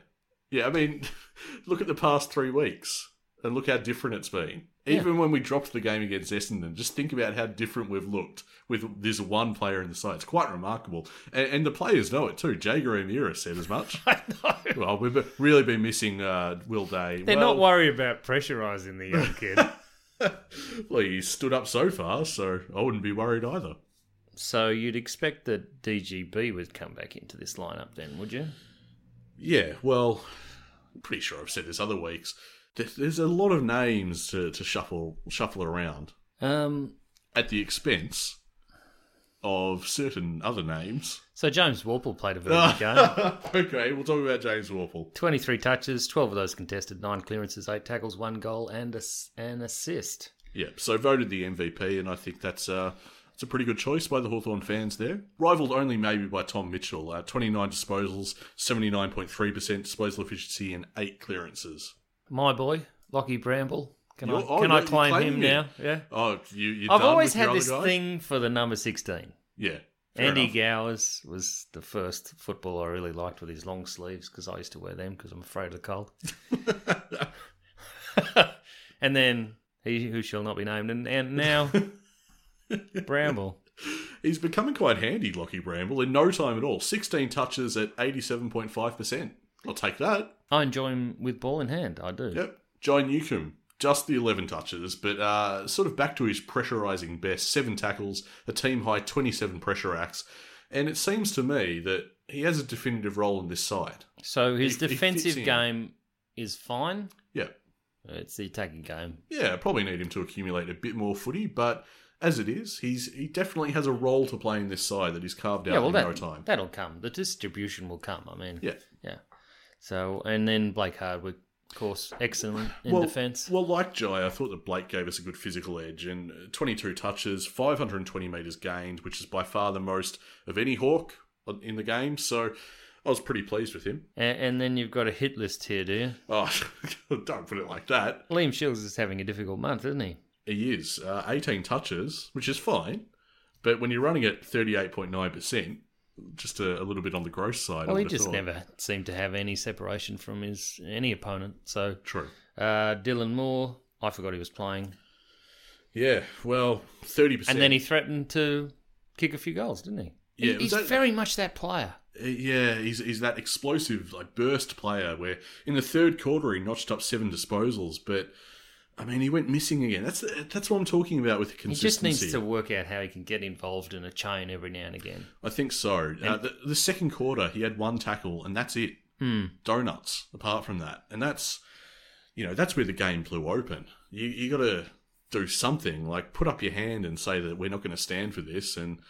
S1: yeah. I mean, [LAUGHS] look at the past three weeks and look how different it's been.
S2: Yeah.
S1: Even when we dropped the game against Essendon, just think about how different we've looked with this one player in the side. It's quite remarkable, and, and the players know it too. Jager O'Meara said as [LAUGHS] much.
S2: [LAUGHS] I know.
S1: well, we've been- really been missing uh, Will Day.
S2: They're
S1: well,
S2: not worried about pressurising the
S1: [LAUGHS]
S2: young kid.
S1: well, he stood up so far, so I wouldn't be worried either.
S2: so you'd expect that DGB would come back into this lineup then, would you?
S1: Yeah, well, I'm pretty sure I've said this other weeks. There- There's a lot of names to, to shuffle shuffle around
S2: Um,
S1: at the expense of certain other names. [LAUGHS]
S2: so James Warple played a very good game.
S1: okay, we'll talk about James Warple.
S2: 23 touches, 12 of those contested, 9 clearances, 8 tackles, 1 goal and a s an assist.
S1: Yeah, so voted the MVP, and I think that's uh, it's a pretty good choice by the Hawthorn fans there. Rivaled only maybe by Tom Mitchell, uh, 29 disposals, 79.3% disposal efficiency, and eight clearances.
S2: My boy, Lockie Bramble. Can I,
S1: You're- oh,
S2: can
S1: you're-
S2: I
S1: you're
S2: claim
S1: claiming
S2: him
S1: it.
S2: now? Yeah.
S1: Oh, you, you're
S2: I've
S1: done
S2: always
S1: with your
S2: had
S1: other
S2: this
S1: guy?
S2: thing for the number 16.
S1: Yeah. fair
S2: Andy
S1: enough.
S2: Gowers was the first footballer I really liked with his long sleeves because I used to wear them because I'm afraid of the
S1: [LAUGHS]
S2: cold. and then he who shall not be named, and,
S1: [LAUGHS]
S2: and now Bramble.
S1: He's becoming quite handy, Lockie Bramble, in no time at all. 16 touches at 87.5%. I'll take that.
S2: I enjoy him with ball in hand. I do.
S1: Yep. John Newcomb, just the 11 touches, but uh, sort of back to his pressurising best. Seven tackles, a team high 27 pressure acts. And it seems to me that he has a definitive role in this side.
S2: So his
S1: He- he fits
S2: defensive
S1: in.
S2: game is fine.
S1: Yeah.
S2: It's the attacking game.
S1: Yeah, probably need him to accumulate a bit more footy, but as it is, he's he definitely has a role to play in this side that he's carved out
S2: Yeah, well,
S1: in
S2: that,
S1: no time.
S2: that'll come. The distribution will come. I mean,
S1: yeah.
S2: so, and then Blake Hardwick, of course, excellent in defence.
S1: Well, like Jai, I thought that Blake gave us a good physical edge and uh, 22 touches, 520 metres gained, which is by far the most of any Hawk in the game. So I was pretty pleased with him. [LAUGHS]
S2: And, and then you've got a hit list here, do you?
S1: Oh, don't put it like that.
S2: Liam Shields is having a difficult month, isn't he?
S1: He is uh, 18 touches, which is fine. But when you're running at 38.9%, just a, a little bit on the gross side. I
S2: Well, he
S1: would've
S2: just
S1: thought.
S2: never seemed to have any separation from his any opponent. So
S1: True.
S2: uh, Dylan Moore, I forgot he was playing,
S1: Yeah, well, 30%.
S2: and then he threatened to kick a few goals, didn't he? He-
S1: Yeah, it was
S2: he's
S1: that-
S2: very much that player.
S1: Yeah, he's, he's that explosive, like burst player. Where in the third quarter he notched up seven disposals, but I mean he went missing again. That's that's what I'm talking about with the
S2: He
S1: consistency.
S2: just needs to work out how he can get involved in a chain every now and again.
S1: I think so. Uh, the, the second quarter he had one tackle and that's it.
S2: Hmm.
S1: Donuts. Apart from that, and that's you know that's where the game blew open. You you got to do something like put up your hand and say that we're not going to stand for this and.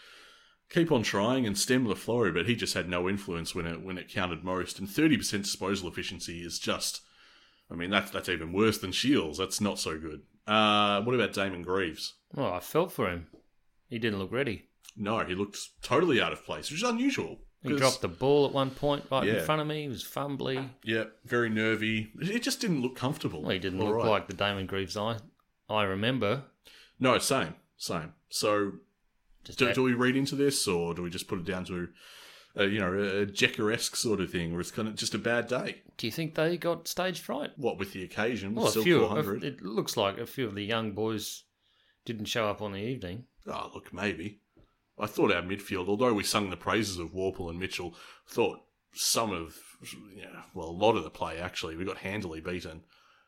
S1: Keep on trying and stem the flow, but he just had no influence when it when it counted most. And thirty percent disposal efficiency is just, I mean, that's that's even worse than Shields. That's not so good. Uh, what about Damon Greaves?
S2: Well, I felt for him. He didn't look ready.
S1: No, he looked totally out of place, which is unusual.
S2: He
S1: 'cause-
S2: dropped the ball at one point right
S1: Yeah.
S2: in front of me. He was fumbly.
S1: Yeah, very nervy. It just didn't look comfortable.
S2: Well, he didn't
S1: All
S2: look
S1: right.
S2: like the Damon Greaves I I remember.
S1: No, same, same. So,
S2: Just
S1: do,
S2: that-
S1: do we read into this, or do we just put it down to, uh, you know, a, a Jekker-esque sort of thing, where it's kind of just a bad day?
S2: do you think they got stage fright?
S1: What with the occasion, with
S2: Well, a
S1: Silk
S2: few.
S1: 400.
S2: It looks like a few of the young boys didn't show up on the evening.
S1: Oh, look, maybe. I thought our midfield, although we sung the praises of Warple and Mitchell, thought some of, yeah, well, a lot of the play actually. We got handily beaten.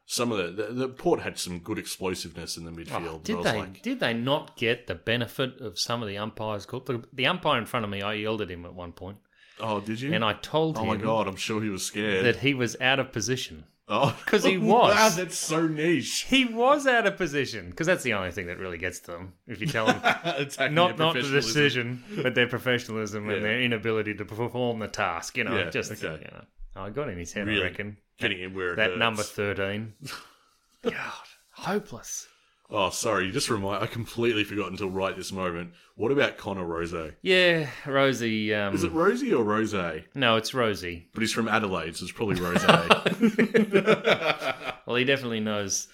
S1: Some of the, the, the Port had some good explosiveness in the midfield. but I
S2: Oh, Did
S1: was
S2: they
S1: like,
S2: did they not get the benefit of some of the umpires' call? The, the umpire in front of me, I yelled at him at one point,
S1: oh, did you?
S2: and I told
S1: oh
S2: him
S1: my god, I'm sure he was scared.
S2: that he was out of position.
S1: [LAUGHS] oh, [LAUGHS]
S2: 'cause he
S1: wow,
S2: was.
S1: that's so niche. [LAUGHS]
S2: He was out of position because that's the only thing that really gets to them. If
S1: [LAUGHS]
S2: you tell them
S1: Attacking
S2: not
S1: their
S2: not the
S1: professionalism.
S2: decision, but their professionalism
S1: Yeah.
S2: and their inability to perform the task, you know,
S1: Yeah,
S2: just
S1: okay.
S2: you know. I got in his head,
S1: Really
S2: I reckon.
S1: Getting in where it
S2: That
S1: hurts. [LAUGHS]
S2: number thirteen. God, hopeless.
S1: Oh, sorry. You just remind. I completely forgot until right this moment. What about Connor Rose?
S2: Yeah, Rosie. Um,
S1: Is it Rosie or Rose? But
S2: no, it's Rosie.
S1: he's from Adelaide, so it's probably
S2: [LAUGHS]
S1: Rose. [LAUGHS]
S2: Well, he definitely knows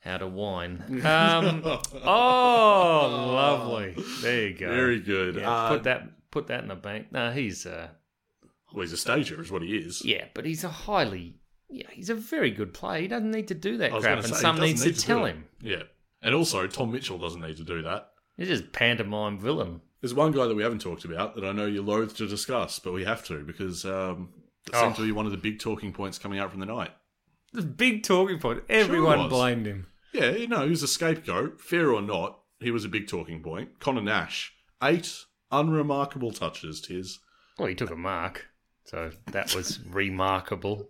S2: how
S1: [LAUGHS]
S2: to whine. Um, oh, lovely. There you go.
S1: Very good.
S2: Yeah,
S1: uh,
S2: put that put that in the bank. No, he's uh,
S1: well, he's a stager, is what he is.
S2: yeah, but he's a highly yeah, he's a very good player. He doesn't need to do that
S1: I was
S2: crap,
S1: gonna
S2: and
S1: say, he
S2: some
S1: doesn't
S2: needs
S1: need
S2: to
S1: to do
S2: tell
S1: it.
S2: him.
S1: Yeah. And also, Tom Mitchell doesn't need to do that.
S2: He's just pantomime villain.
S1: There's one guy that we haven't talked about that I know you're loath to discuss, but we have to because um, it seemed
S2: Oh.
S1: to be one of the big talking points coming out from the night.
S2: The big talking point.
S1: Everyone was.
S2: blamed him.
S1: Yeah, you know, he was a scapegoat, fair or not. He was a big talking point. Connor Nash, eight unremarkable touches, tis.
S2: Well, he took a mark, so that was remarkable.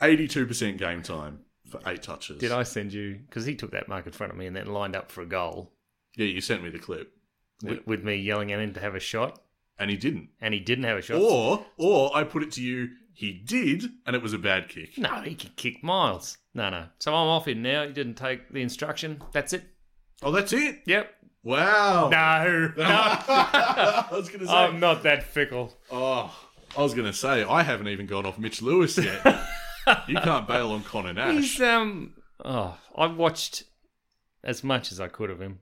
S1: 82% game time for eight touches.
S2: Did I send you? Because he took that mark in front of me and then lined up for a goal
S1: Yeah, you sent me the clip.
S2: wi- with, me yelling at him to have a shot,
S1: And he didn't.
S2: and he didn't have a shot.
S1: Or or I put it to you, he did, and it was a bad kick.
S2: No, he could kick miles. No, no. So I'm off him now. He didn't take the instruction. That's it.
S1: Oh, that's it.
S2: Yep.
S1: Wow.
S2: No.
S1: I was gonna say.
S2: I'm not that fickle.
S1: oh, I was gonna say I haven't even gone off Mitch Lewis
S2: [LAUGHS]
S1: yet. you can't bail on Connor Nash.
S2: He's um. Oh, I watched as much as I could of him,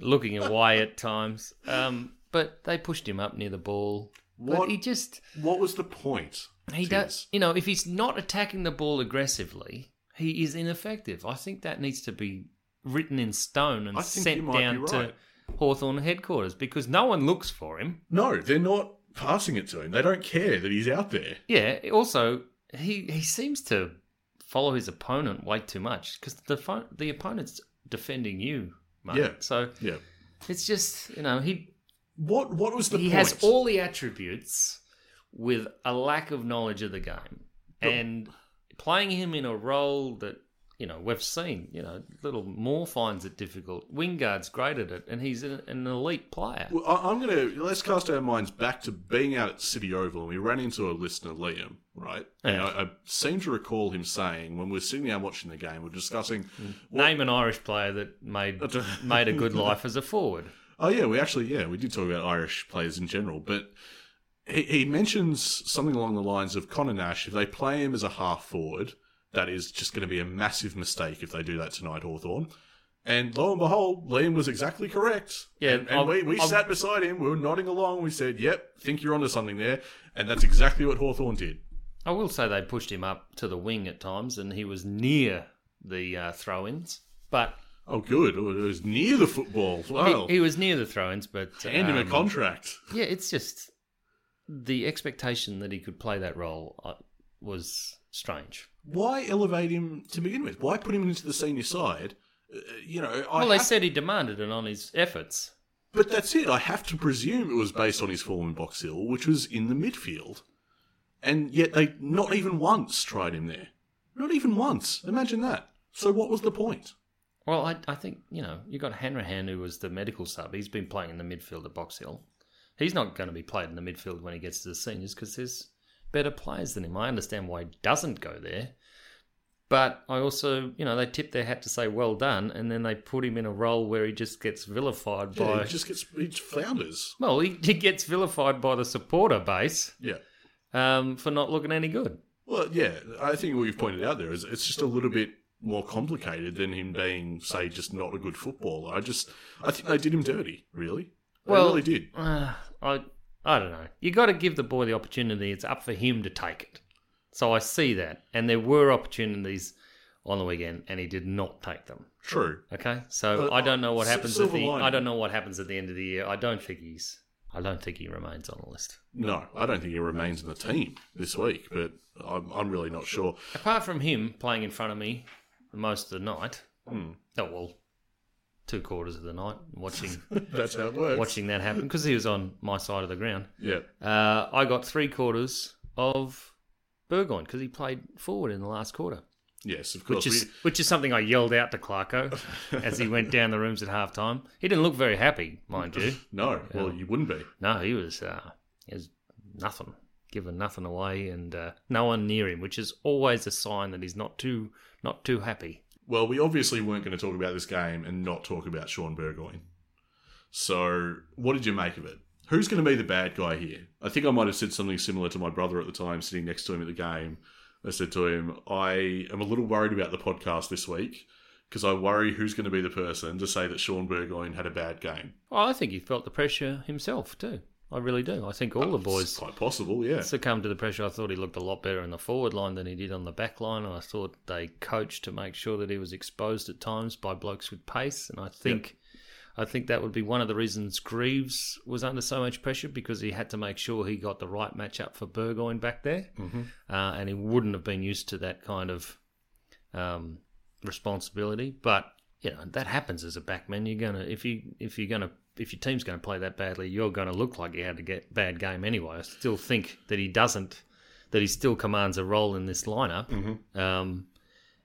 S2: looking away at times. Um, but they pushed him up near the ball.
S1: What-
S2: But he just
S1: What was the point?
S2: he
S1: Tis?
S2: does. You know, if he's not attacking the ball aggressively, he is ineffective. I think that needs to be written in stone and
S1: I think you
S2: sent
S1: might be
S2: down
S1: right.
S2: to Hawthorn headquarters because no one looks for him.
S1: No, they're not passing it to him. They don't care that he's out there.
S2: Yeah. Also, he he seems to follow his opponent way too much because the fo- the opponent's defending you. Mate.
S1: Yeah.
S2: So
S1: Yeah.
S2: it's just you know he
S1: What What was the
S2: he
S1: point?
S2: has all the attributes with a lack of knowledge of the game and playing him in a role that you know we've seen you know little Moore finds it difficult. Wingard's great at it and he's an, an elite player.
S1: Well, I- I'm going to let's cast our minds back to being out at City Oval, and we ran into a listener, Liam, right? And
S2: Yeah.
S1: I, I seem to recall him saying when we were sitting down watching the game, we are discussing,
S2: Name an Irish player that made
S1: [LAUGHS]
S2: made a good life as a forward.
S1: oh yeah, we actually yeah we did talk about Irish players in general, but he, he mentions something along the lines of Connor Nash. If they play him as a half forward, that is just going to be a massive mistake if they do that tonight, Hawthorn. And lo and behold, Liam was exactly correct.
S2: Yeah,
S1: and, and
S2: I'll-
S1: we, we
S2: I'll-
S1: sat beside him. We were nodding along. We said, "Yep, think you're onto something there." And that's exactly what Hawthorn did.
S2: I will say they pushed him up to the wing at times, and he was near the uh, throw-ins, but
S1: Oh, good. It was near the football. Wow.
S2: he, he was near the throw-ins. But
S1: Hand him a
S2: um,
S1: contract.
S2: yeah, it's just the expectation that he could play that role uh, was strange.
S1: Why elevate him to begin with? Why put him into the senior side? Uh, you know, I
S2: Well, they
S1: have-
S2: said he demanded it on his efforts.
S1: But that's it. I have to presume it was based on his form in Box Hill, which was in the midfield. And yet they not even once tried him there. Not even once. Imagine that. So what was the point?
S2: Well, I, I think you know you got Hanrahan, who was the medical sub. He's been playing in the midfield at Box Hill. He's not going to be played in the midfield when he gets to the seniors because there's better players than him. I understand why he doesn't go there, but I also you know they tip their hat to say well done, and then they put him in a role where he just gets vilified
S1: Yeah,
S2: by.
S1: he just gets he just flounders.
S2: well, he, he gets vilified by the supporter base
S1: Yeah.
S2: um, for not looking any good.
S1: Well, yeah. I think what you've pointed out there is it's just a little bit more complicated than him being, say, just not a good footballer. I just I think they did him dirty. Really, they
S2: Well-
S1: really did.
S2: Uh, I I don't know. You got to give the boy the opportunity. It's up for him to take it. So I see that, and there were opportunities on the weekend, and he did not take them.
S1: True.
S2: Okay, so
S1: Uh,
S2: I don't know what
S1: s-
S2: happens at
S1: silver
S2: the
S1: lining.
S2: I don't know what happens at the end of the year. I don't think he's I don't think he remains on the list.
S1: No, I don't think he remains in the team this week, but I'm, I'm really not sure. [LAUGHS]
S2: Apart from him playing in front of me most of the night,
S1: Hmm.
S2: oh well, two quarters of the night watching
S1: That's how it works.
S2: watching that happen because he was on my side of the ground.
S1: Yeah.
S2: Uh, I got three quarters of Burgoyne because he played forward in the last quarter,
S1: Yes, of course.
S2: which is [LAUGHS] which is something I yelled out to Clarko as he went down the rooms at halftime. He didn't look very happy,
S1: [LAUGHS]
S2: mind you.
S1: we- no, well, you wouldn't be.
S2: No, he was uh, he was nothing, giving nothing away, and uh, no one near him, which is always a sign that he's not too not too happy.
S1: Well, we obviously weren't going to talk about this game and not talk about Sean Burgoyne. So, what did you make of it? Who's going to be the bad guy here? I think I might have said something similar to my brother at the time, sitting next to him at the game. I said to him, I am a little worried about the podcast this week because I worry who's going to be the person to say that Sean Burgoyne had a bad game.
S2: Well, I think he felt the pressure himself too. I really do. I think all the boys
S1: It's quite possible, yeah.
S2: succumbed to the pressure. I thought he looked a lot better in the forward line than he did on the back line, and I thought they coached to make sure that he was exposed at times by blokes with pace. And I think, I think that would be one of the reasons Greaves was under so much pressure because he had to make sure he got the right matchup for Burgoyne back there,
S1: Mhm.
S2: uh, and he wouldn't have been used to that kind of um, responsibility. But you know that happens as a backman. You're gonna if you if you're gonna if your team's gonna play that badly, you're gonna look like you had a get bad game anyway. I still think that he doesn't. That he still commands a role in this lineup. Um,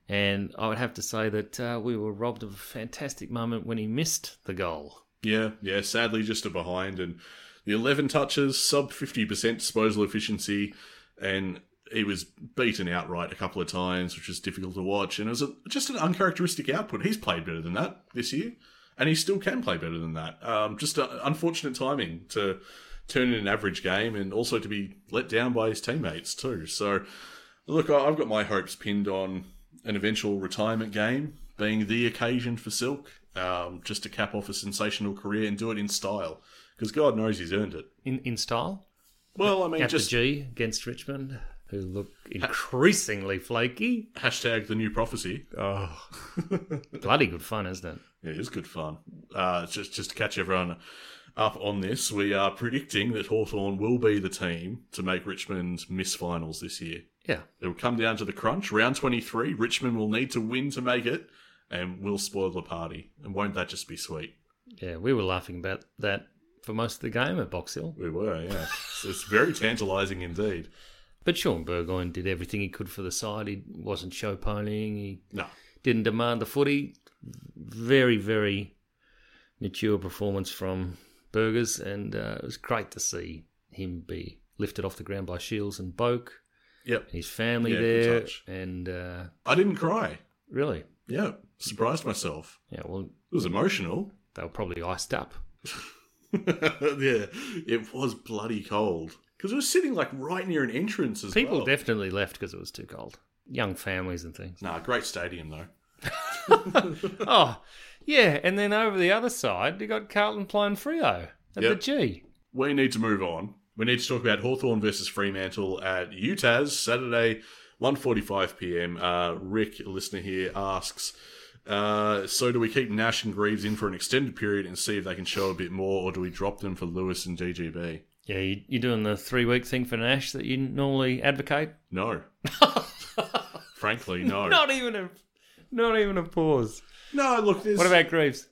S2: and I would have to say that uh, we were robbed of a fantastic moment when he missed the goal.
S1: Yeah, yeah. Sadly, just a behind, and the eleven touches, sub fifty percent disposal efficiency, and he was beaten outright a couple of times, which was difficult to watch. And it was a, just an uncharacteristic output. He's played better than that this year, and he still can play better than that. Um, just uh unfortunate timing to turn in an average game, and also to be let down by his teammates too. So, look, I- I've got my hopes pinned on an eventual retirement game being the occasion for Silk, um, just to cap off a sensational career and do it in style, because God knows he's earned it.
S2: In, in style,
S1: Well, I mean,
S2: at
S1: just
S2: the G against Richmond, who look increasingly flaky.
S1: hashtag the new prophecy. Oh,
S2: Bloody good fun, isn't it?
S1: it is good fun. Uh, just just to catch everyone up on this, we are predicting that Hawthorn will be the team to make Richmond miss finals this year.
S2: Yeah.
S1: It will come down to the crunch. Round 23, Richmond will need to win to make it, and we'll spoil the party. And won't that just be sweet?
S2: Yeah, we were laughing about that for most of the game at Box Hill.
S1: We were, yeah. So it's very tantalising indeed.
S2: But Sean Burgoyne did everything he could for the side. He wasn't show ponying. He
S1: No.
S2: didn't demand the footy. Very, very mature performance from Burgers, and uh, it was great to see him be lifted off the ground by Shields and Boak,
S1: Yep.
S2: his family
S1: Yeah, good
S2: there,
S1: touch.
S2: and uh,
S1: I didn't cry.
S2: really,
S1: Yeah. Surprised myself.
S2: yeah, well,
S1: It was emotional. [LAUGHS]
S2: they were probably iced up.
S1: yeah. It was bloody cold. Because it was sitting like right near an entrance as
S2: People
S1: well.
S2: definitely left because it was too cold. Young families and things.
S1: nah, great stadium though.
S2: oh, yeah, and then over the other side, you got Carlton playing Frio at
S1: Yep.
S2: the G.
S1: we need to move on. We need to talk about Hawthorn versus Fremantle at UTAS Saturday, 1.45 p.m. Uh, Rick, a listener here, asks, uh, so do we keep Nash and Greaves in for an extended period and see if they can show a bit more, or do we drop them for Lewis and DGB?
S2: Yeah, you, you're doing the three week thing for Nash that you normally advocate. [LAUGHS]
S1: No. Frankly, no.
S2: Not even a, not even a pause.
S1: No, look, there's
S2: What about Greaves?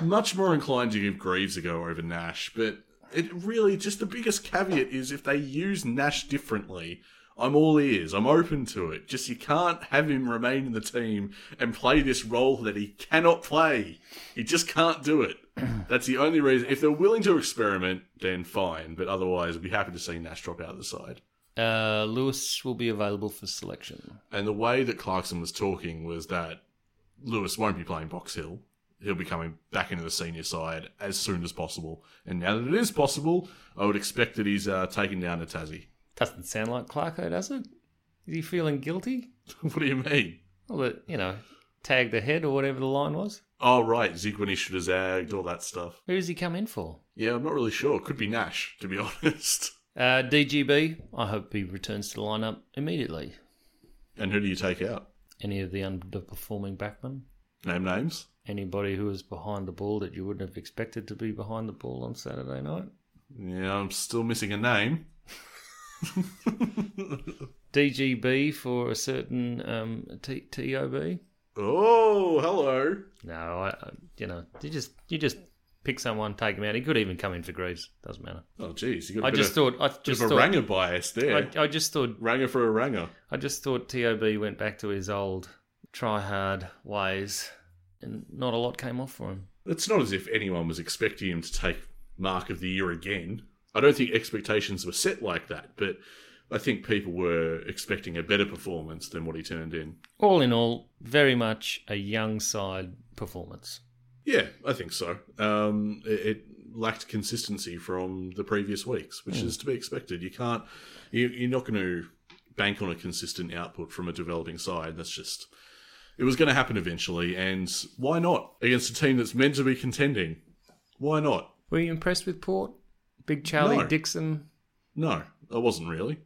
S1: much more inclined to give Greaves a go over Nash, but it really just the biggest caveat is if they use Nash differently, I'm all ears. I'm open to it. Just you can't have him remain in the team and play this role that he cannot play. He just can't do it. That's the only reason. If they're willing to experiment, then fine. But otherwise, I'd be happy to see Nash drop out of the side.
S2: Uh, Lewis will be available for selection.
S1: And the way that Clarkson was talking was that Lewis won't be playing Box Hill. He'll be coming back into the senior side as soon as possible. And now that it is possible, I would expect that he's uh, taken down to Tassie.
S2: Doesn't sound like Clarko, does it? Is he feeling guilty?
S1: [LAUGHS] what do you mean?
S2: Well, that you know, tag the head or whatever the line was.
S1: Oh, right. Zig when he should have zagged, all that stuff.
S2: Who does he come in for?
S1: Yeah, I'm not really sure. Could be Nash, to be [LAUGHS] honest.
S2: Uh, DGB. I hope he returns to the lineup immediately.
S1: And who do you take out?
S2: Any of the underperforming backmen?
S1: Name names?
S2: anybody who was behind the ball that you wouldn't have expected to be behind the ball on Saturday night?
S1: Yeah, I'm still missing a name.
S2: DGB for a certain um, T- TOB.
S1: oh, hello.
S2: No, I, I- you know, you just you just pick someone, take him out. He could even come in for Greaves. Doesn't matter.
S1: Oh, geez, you got a
S2: I
S1: bit
S2: just
S1: of,
S2: thought. I
S1: bit
S2: just
S1: of a
S2: thought.
S1: ranger bias there.
S2: I, I just thought.
S1: ranger for a ranger.
S2: I just thought Tob went back to his old try hard ways, and not a lot came off for him.
S1: It's not as if anyone was expecting him to take mark of the year again. I don't think expectations were set like that, but I think people were expecting a better performance than what he turned in.
S2: All in all, very much a young side performance.
S1: Yeah, I think so. Um, it, it lacked consistency from the previous weeks, which is to be expected. You can't, you, you're not going to bank on a consistent output from a developing side. That's just, it was going to happen eventually, and why not against a team that's meant to be contending? Why not?
S2: Were you impressed with Port? Big Charlie
S1: No.
S2: Dixon.
S1: No, I wasn't really.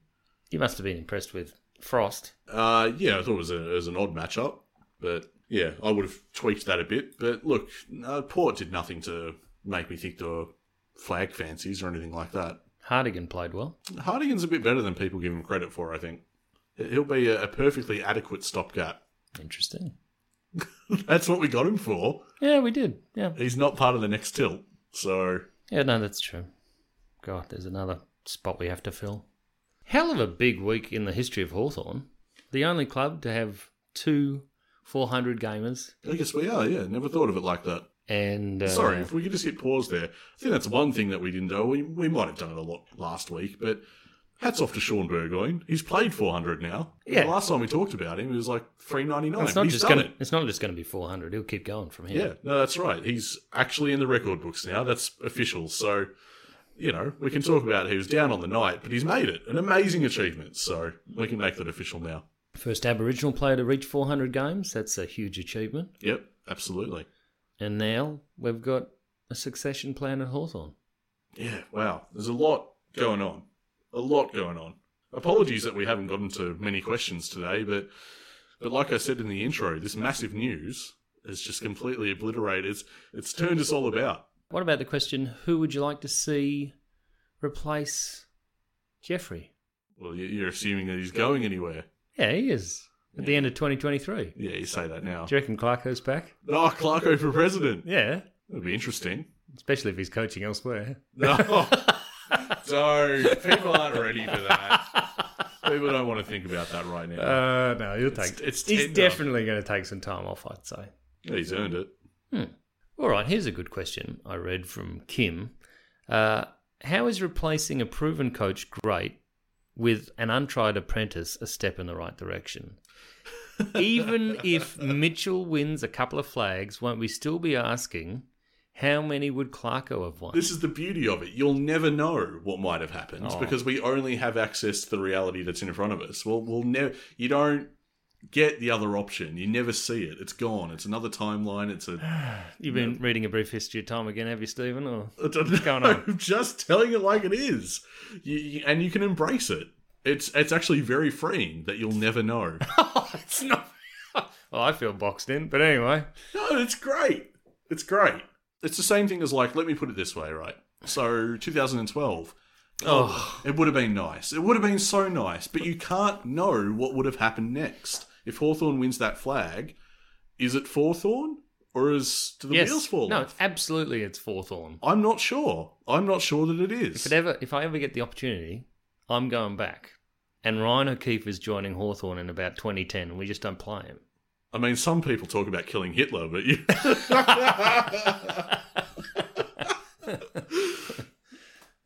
S2: You must have been impressed with Frost.
S1: Uh, yeah, I thought it was, a, it was an odd matchup, but yeah, I would have tweaked that a bit. But look, uh, Port did nothing to make me think they were flag fancies or anything like that.
S2: Hardigan played well.
S1: Hardigan's a bit better than people give him credit for, I think. He'll be a, a perfectly adequate stopgap. [LAUGHS]
S2: Interesting.
S1: That's what we got him for.
S2: Yeah, we did. Yeah.
S1: He's not part of the next tilt. So,
S2: Yeah, no, that's true. God, there's another spot we have to fill. Hell of a big week in the history of Hawthorn. The only club to have two 400 gamers
S1: I guess we are, yeah. Never thought of it like that.
S2: and. Uh,
S1: Sorry, if we could just hit pause there. I think that's one thing that we didn't do. We, we might have done it a lot last week, but hats off to Sean Burgoyne. He's played 400 now.
S2: Yeah.
S1: The last time we talked about him, it was like 399.
S2: It's not,
S1: He's
S2: just
S1: done
S2: gonna,
S1: it.
S2: it's not just going to be 400. He'll keep going from here.
S1: Yeah, no, that's right. He's actually in the record books now. That's official. So, you know, we can talk about he was down on the night, but he's made it. An amazing achievement. So we can make that official now.
S2: First Aboriginal player to reach 400 games. That's a huge achievement.
S1: Yep, absolutely.
S2: And now we've got a succession plan at Hawthorn.
S1: Yeah, wow. There's a lot going on. A lot going on. Apologies that we haven't gotten to many questions today, but but like I said in the intro, this massive news has just completely obliterated. It's, it's turned us all about.
S2: What about the question who would you like to see replace Jeffrey?
S1: Well, you- you're assuming that he's going anywhere.
S2: Yeah, he is. At the end of 2023.
S1: Yeah, you say that now.
S2: Do you reckon Clarko's back?
S1: Oh, Clarko for president.
S2: Yeah.
S1: That'd be interesting.
S2: Especially if he's coaching elsewhere.
S1: No. Don't. People aren't ready for that. People don't want to think about that right now.
S2: Uh, no, he'll take.
S1: it's
S2: he's
S1: tender.
S2: definitely going to take some time off, I'd say.
S1: Yeah, He's earned it.
S2: All right, here's a good question I read from Kim. Uh, how is replacing a proven coach great with an untried apprentice a step in the right [LAUGHS] direction? Even if Mitchell wins a couple of flags, won't we still be asking how many would Clarko have won?
S1: This is the beauty of it. You'll never know what might have happened
S2: Oh.
S1: because we only have access to the reality that's in front of us. Well, we'll never. You don't get the other option. You never see it. It's gone. It's another timeline. It's
S2: [SIGHS]
S1: a.
S2: You've been reading a brief history of time again, have you, Stephen?
S1: [LAUGHS]
S2: Or
S1: I don't know.
S2: going on?
S1: I'm just telling it like it is, you, you, and you can embrace it. It's it's actually very freeing that you'll never
S2: [LAUGHS]
S1: know.
S2: it's
S1: [LAUGHS]
S2: not. well, I feel boxed in, but anyway.
S1: No, it's great. It's great. It's the same thing as like, let me put it this way, right? So 2012.
S2: Oh,
S1: It would have been nice. It would have been so nice, but you can't know what would have happened next. If Hawthorn wins that flag, is it Hawthorn or is do the
S2: yes.
S1: wheels fall
S2: no,
S1: off?
S2: absolutely, it's Forthorn.
S1: I'm not sure. I'm not sure that it is.
S2: If it ever, if I ever get the opportunity, I'm going back. And Ryan O'Keefe is joining Hawthorn in about 2010, and we just don't play him.
S1: I mean, some people talk about killing Hitler, but
S2: [LAUGHS]
S1: you. [LAUGHS]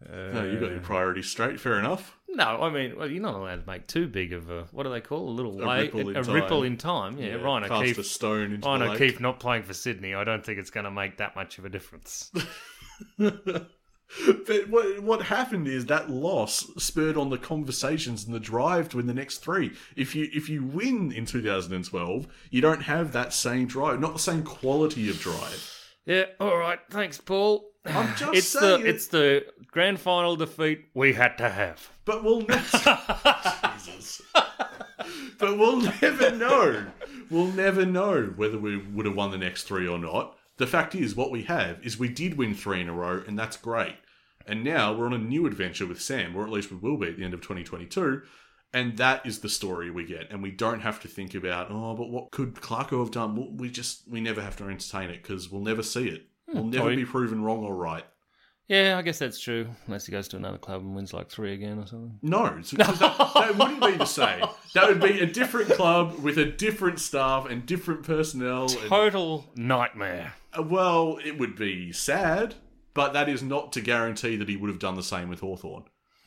S1: no, you got your priorities straight. Fair enough.
S2: No, I mean, well, you're not allowed to make too big of a what do they call a little
S1: A
S2: way,
S1: ripple in
S2: a
S1: time.
S2: ripple in time. Yeah, Ryan
S1: cast a
S2: O'Keefe.
S1: stone into
S2: Ryan
S1: the lake.
S2: O'Keefe not playing for Sydney, I don't think it's going to make that much of a difference. [LAUGHS]
S1: But what what happened is that loss spurred on the conversations and the drive to win the next three. If you if you win in 2012, you don't have that same drive, not the same quality of drive.
S2: yeah, all right, thanks, Paul.
S1: I'm just
S2: it's
S1: saying.
S2: the it's the grand final defeat we had to have.
S1: but we'll never. Jesus. But we'll never know. We'll never know whether we would have won the next three or not. The fact is, what we have is we did win three in a row, and that's great. And now we're on a new adventure with Sam, or at least we will be at the end of 2022. And that is the story we get. And we don't have to think about, oh, but what could Clarko have done? Well, We just, we never have to entertain it because we'll never see it. We'll never
S2: Or-
S1: be proven wrong or right.
S2: Yeah, I guess that's true. Unless he goes to another club and wins like three again or something.
S1: No, it's- because that, that wouldn't be the same. That would be a different club with a different staff and different personnel. and-
S2: Total nightmare.
S1: Uh, well, it would be sad, but that is not to guarantee that he would have done the same with Hawthorne.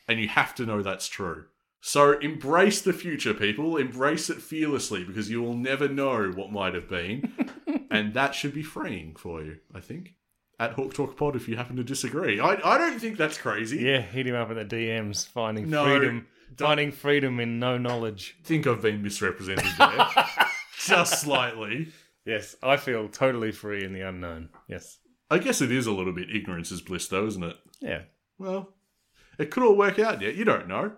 S1: And you have to know that's true. So embrace the future, people. Embrace it fearlessly because you will never know what might have been. and that should be freeing for you, I think. At Hawk Talk Pod, if you happen to disagree. I, I don't think that's crazy.
S2: Yeah, hit him up at the DMs, finding
S1: No,
S2: freedom,
S1: don't-
S2: finding freedom in no knowledge.
S1: think I've been misrepresented
S2: [LAUGHS]
S1: there. Just slightly.
S2: Yes, I feel totally free in the unknown. Yes.
S1: I guess it is a little bit ignorance is bliss, though, isn't it?
S2: Yeah.
S1: Well, it could all work out yet. You don't know.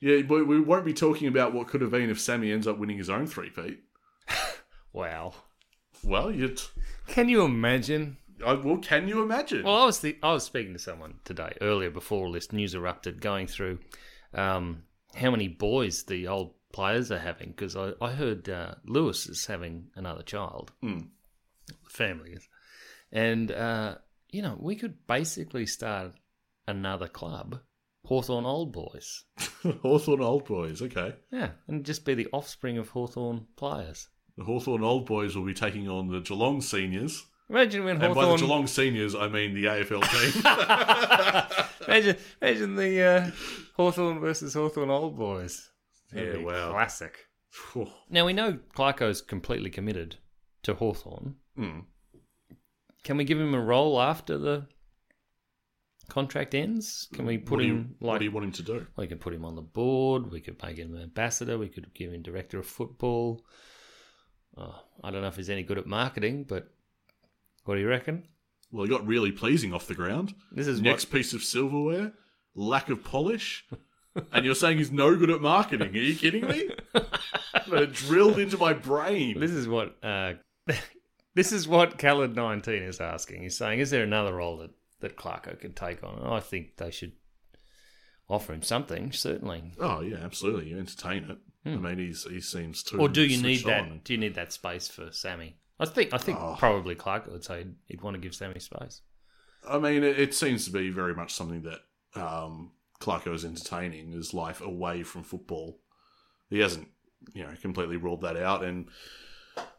S1: Yeah, but we won't be talking about what could have been if Sammy ends up winning his own three Pete.
S2: Wow.
S1: Well, you. T-
S2: Can you imagine?
S1: I, well, can you imagine?
S2: Well, I was th- I was speaking to someone today earlier before all this news erupted, going through um, how many boys the old players are having because I, I heard uh, Lewis is having another child,
S1: Hmm.
S2: the family is, and uh, you know we could basically start another club, Hawthorn Old Boys,
S1: [LAUGHS] Hawthorn Old Boys, okay.
S2: yeah, and just be the offspring of Hawthorn players.
S1: The Hawthorn Old Boys will be taking on the Geelong Seniors.
S2: Imagine when
S1: And by the
S2: Hawthorn
S1: Geelong Seniors, I mean the AFL
S2: [LAUGHS]
S1: team.
S2: imagine, imagine the uh, Hawthorne versus Hawthorne Old Boys. That'd
S1: Yeah,
S2: be
S1: wow.
S2: Classic.
S1: Phew.
S2: Now, we know Clarko's completely committed to Hawthorn.
S1: Hmm.
S2: Can we give him a role after the contract ends? Can we put
S1: what, do you,
S2: him
S1: what
S2: like.
S1: do you want him to do?
S2: we could put him on the board. We could make him an ambassador. We could give him director of football. Oh, I don't know if he's any good at marketing, but what do you reckon?
S1: Well, he got really pleasing off the ground.
S2: This is what-
S1: Next piece of silverware, lack of polish. And you're saying he's no good at marketing. Are you kidding me? but it drilled into my brain.
S2: This is what uh, [LAUGHS] this is what Khaled nineteen is asking. He's saying, is there another role that that Clarko can take on? And I think they should offer him something, certainly.
S1: Oh yeah, absolutely. You entertain it. I mean, he's he seems too.
S2: Hmm. Or do you need
S1: switched
S2: that?
S1: on.
S2: Do you need that space for Sammy? I think I think
S1: Oh.
S2: probably Clarko would say he'd want to give Sammy space.
S1: I mean, it, it seems to be very much something that um, Clarko is entertaining his life away from football. He hasn't, you know, completely ruled that out, and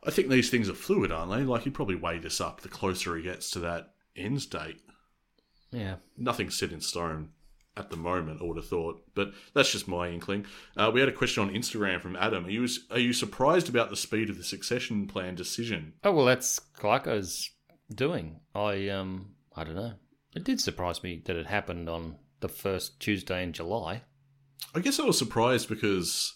S1: I think these things are fluid, aren't they? Like he'd probably weigh this up the closer he gets to that end date.
S2: Yeah.
S1: nothing's set in stone at the moment. I would have thought, but that's just my inkling. Uh, we had a question on Instagram from Adam. Are you are you surprised about the speed of the succession plan decision?
S2: Oh well, that's Clarko's doing. I um I don't know. It did surprise me that it happened on the first Tuesday in July.
S1: I guess I was surprised because,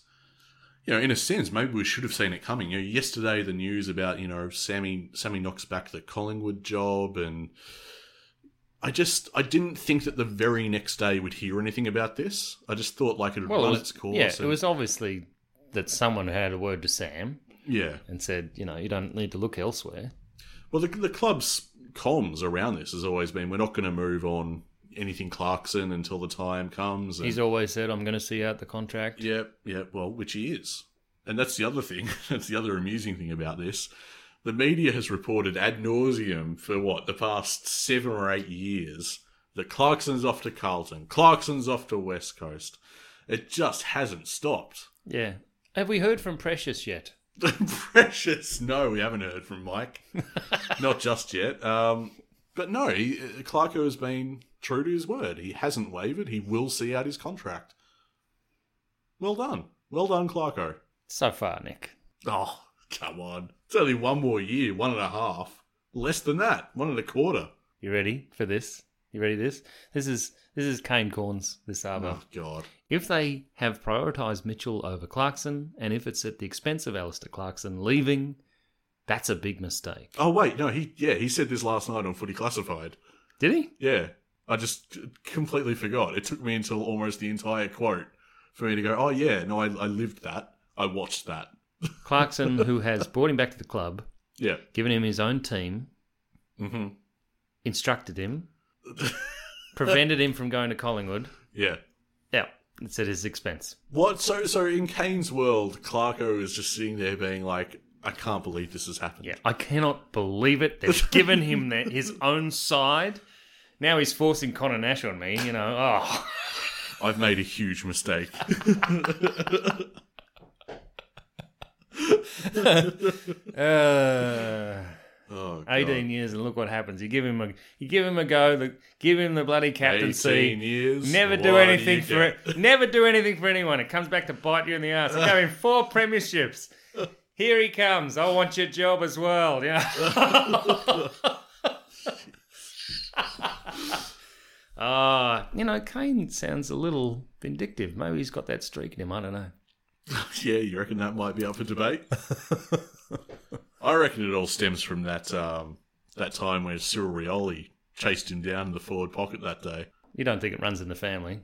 S1: you know, in a sense, maybe we should have seen it coming. You know, yesterday the news about you know Sammy Sammy knocks back the Collingwood job, and I just I didn't think that the very next day we'd hear anything about this. I just thought like it had
S2: Well,
S1: run
S2: it was,
S1: its course.
S2: yeah, it
S1: and-
S2: was obviously that someone had a word to Sam
S1: yeah.
S2: and said, you know, you don't need to look elsewhere.
S1: Well, the, the club's comms around this has always been we're not going to move on anything Clarkson until the time comes. And,
S2: He's always said, I'm going to see out the contract.
S1: yep, yep. Well, which he is, and that's the other thing. [LAUGHS] that's the other amusing thing about this. The media has reported ad nauseum for what the past seven or eight years that Clarkson's off to Carlton, Clarkson's off to West Coast. It just hasn't stopped.
S2: Yeah. Have we heard from Precious yet?
S1: [LAUGHS] Precious. No, we haven't heard from Mike. [LAUGHS] Not just yet. Um, but no, he, uh, Clarko has been true to his word. He hasn't wavered. He will see out his contract. Well done. Well done, Clarko.
S2: So far, Nick.
S1: Oh, come on. It's only one more year, one and a half. Less than that, one and a quarter.
S2: You ready for this? You ready for this? This is this is Kane Corns this hour.
S1: Oh, God.
S2: If they have prioritised Mitchell over Clarkson, and if it's at the expense of Alistair Clarkson leaving, that's a big mistake.
S1: Oh, wait. No, he, yeah, he said this last night on Footy Classified.
S2: Did he?
S1: Yeah. I just completely forgot. It took me until almost the entire quote for me to go, oh, yeah, no, I, I lived that. I watched that.
S2: Clarkson, [LAUGHS] who has brought him back to the club,
S1: Yeah.
S2: given him his own team,
S1: hmm
S2: instructed [LAUGHS] him, prevented him from going to Collingwood.
S1: Yeah.
S2: Yeah, it's at his expense.
S1: What? So, so in Kane's world, Clarko is just sitting there being like, I can't believe this has happened.
S2: Yeah, I cannot believe it. They've given him their, [LAUGHS] his own side. Now he's forcing Connor Nash on me. You know, oh,
S1: I've made a huge
S2: [LAUGHS]
S1: mistake.
S2: uh,
S1: Oh, God.
S2: eighteen years and look what happens. You give him a, you give him a go. The, give him the bloody
S1: 18
S2: captaincy.
S1: years.
S2: Never
S1: What
S2: do
S1: you
S2: anything for
S1: get?
S2: it. Never do anything for anyone. It comes back to bite you in the ass. I'm going four premierships. Here he comes. I want your job as well. Yeah. [LAUGHS] Ah, you know, Kane sounds a little vindictive. Maybe he's got that streak in him. I don't know.
S1: [LAUGHS] Yeah, you reckon that might be up for
S2: [LAUGHS]
S1: debate? I reckon it all stems from that um, that time when Cyril Rioli chased him down in the forward pocket that day.
S2: You don't think it runs in the family?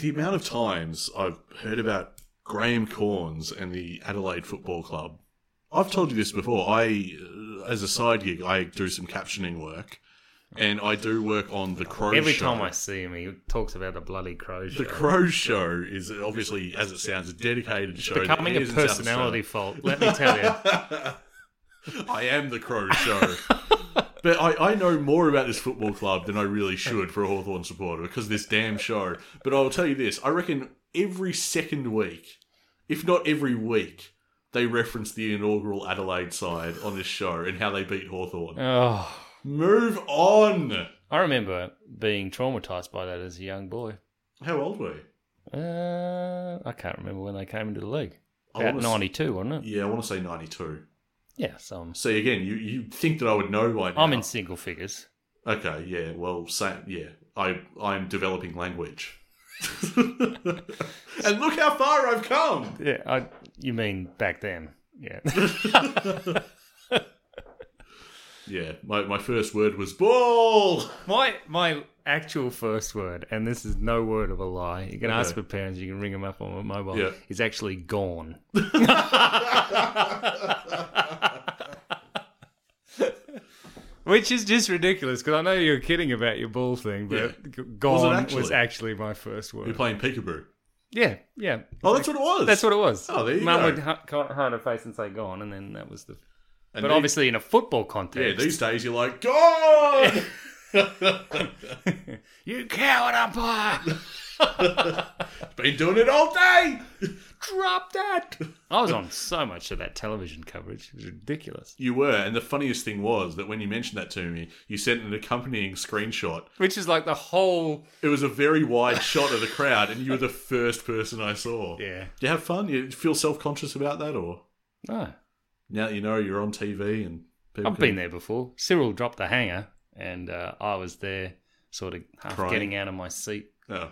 S1: The amount of times I've heard about Graham Corns and the Adelaide Football Club. I've told you this before. I, uh, as a side gig, I do some captioning work, and I do work on the Crow.
S2: Every
S1: show.
S2: time I see him, he talks about the bloody crow show.
S1: The Crow Show is obviously, as it sounds, a dedicated show. that
S2: Becoming a
S1: airs in South
S2: personality fault. Let me tell you.
S1: I am the Crow Show. but I, I know more about this football club than I really should for a Hawthorn supporter because of this damn show. But I'll tell you this I reckon every second week, if not every week, they reference the inaugural Adelaide side on this show and how they beat Hawthorn.
S2: [LAUGHS] Oh.
S1: Move on!
S2: I remember being traumatized by that as a young boy.
S1: How old were you?
S2: Uh, I can't remember when they came into the league.
S1: I
S2: About
S1: wanna s-
S2: 92, wasn't it?
S1: Yeah, I want to say 92.
S2: Yeah, so I'm,
S1: See, again, you, you'd think that I would know by now.
S2: I'm in single figures.
S1: Okay, yeah, well, same, yeah. I, I'm developing language. [LAUGHS] and look how far I've come!
S2: Yeah, I, you mean back then. Yeah.
S1: Yeah, my, my first word was ball!
S2: my my actual first word, and this is no word of a lie. You can ask
S1: Okay.
S2: for parents, you can ring them up on my mobile.
S1: Yeah.
S2: It's actually gone.
S1: [LAUGHS]
S2: Which is just ridiculous because I know you were kidding about your ball thing, but g- gone was,
S1: actually?
S2: actually my first
S1: You're
S2: word.
S1: playing peekaboo.
S2: Yeah, yeah.
S1: Oh, that's what it was!
S2: That's what it was.
S1: Oh, there you
S2: Mum
S1: go.
S2: would ha- ca- hide her face and say gone, and then that was the.
S1: And
S2: but
S1: these-
S2: obviously, in a football
S1: Yeah,
S2: context,
S1: these days you're like,
S2: [LAUGHS]
S1: God!
S2: you
S1: [LAUGHS]
S2: coward umpire,
S1: Been doing it all day! [LAUGHS]
S2: drop that. I was on so much of that television coverage; it was ridiculous.
S1: You were, and the funniest thing was that when you mentioned that to me, you sent an accompanying screenshot.
S2: Which is like the whole.
S1: It was a very wide shot of the crowd, and you were the first person I saw.
S2: Yeah.
S1: Do you have fun? You feel self conscious about that, or
S2: No,
S1: now that you know you're on TV and people
S2: I've
S1: can-
S2: been there before. Cyril dropped the hanger, and uh, I was there, sort of half
S1: Crying.
S2: getting out of my seat
S1: Oh.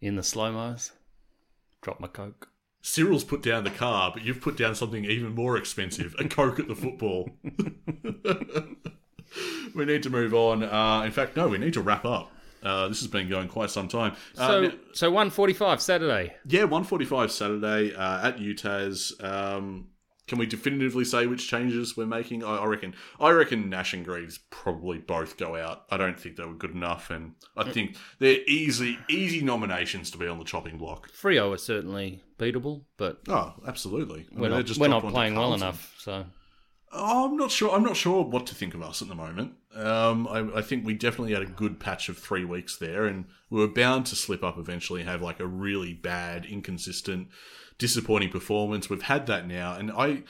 S2: in the slow mos. Dropped my coke.
S1: Cyril's put down the car, but you've put down something even more expensive a Coke at the football. [LAUGHS] we need to move on. Uh, in fact, no, we need to wrap up. Uh, this has been going quite some time. Uh,
S2: So,
S1: now-
S2: so one forty-five Saturday.
S1: yeah, 145 Saturday uh, at Utah's. Um, can we definitively say which changes we're making? I, I reckon. I reckon Nash and Greaves probably both go out. I don't think they were good enough, and
S2: Mm.
S1: I think they're easy, easy nominations to be on the chopping block.
S2: Frio is certainly beatable, but
S1: Oh, absolutely. I mean,
S2: we're
S1: they're
S2: not,
S1: just
S2: we're
S1: dropped
S2: not
S1: onto
S2: playing well
S1: Carlton.
S2: enough. So
S1: Oh, I'm not sure. I'm not sure what to think of us at the moment. Um, I, I think we definitely had a good patch of three weeks there, and we were bound to slip up eventually and have like a really bad, inconsistent, disappointing performance. We've had that now, and I,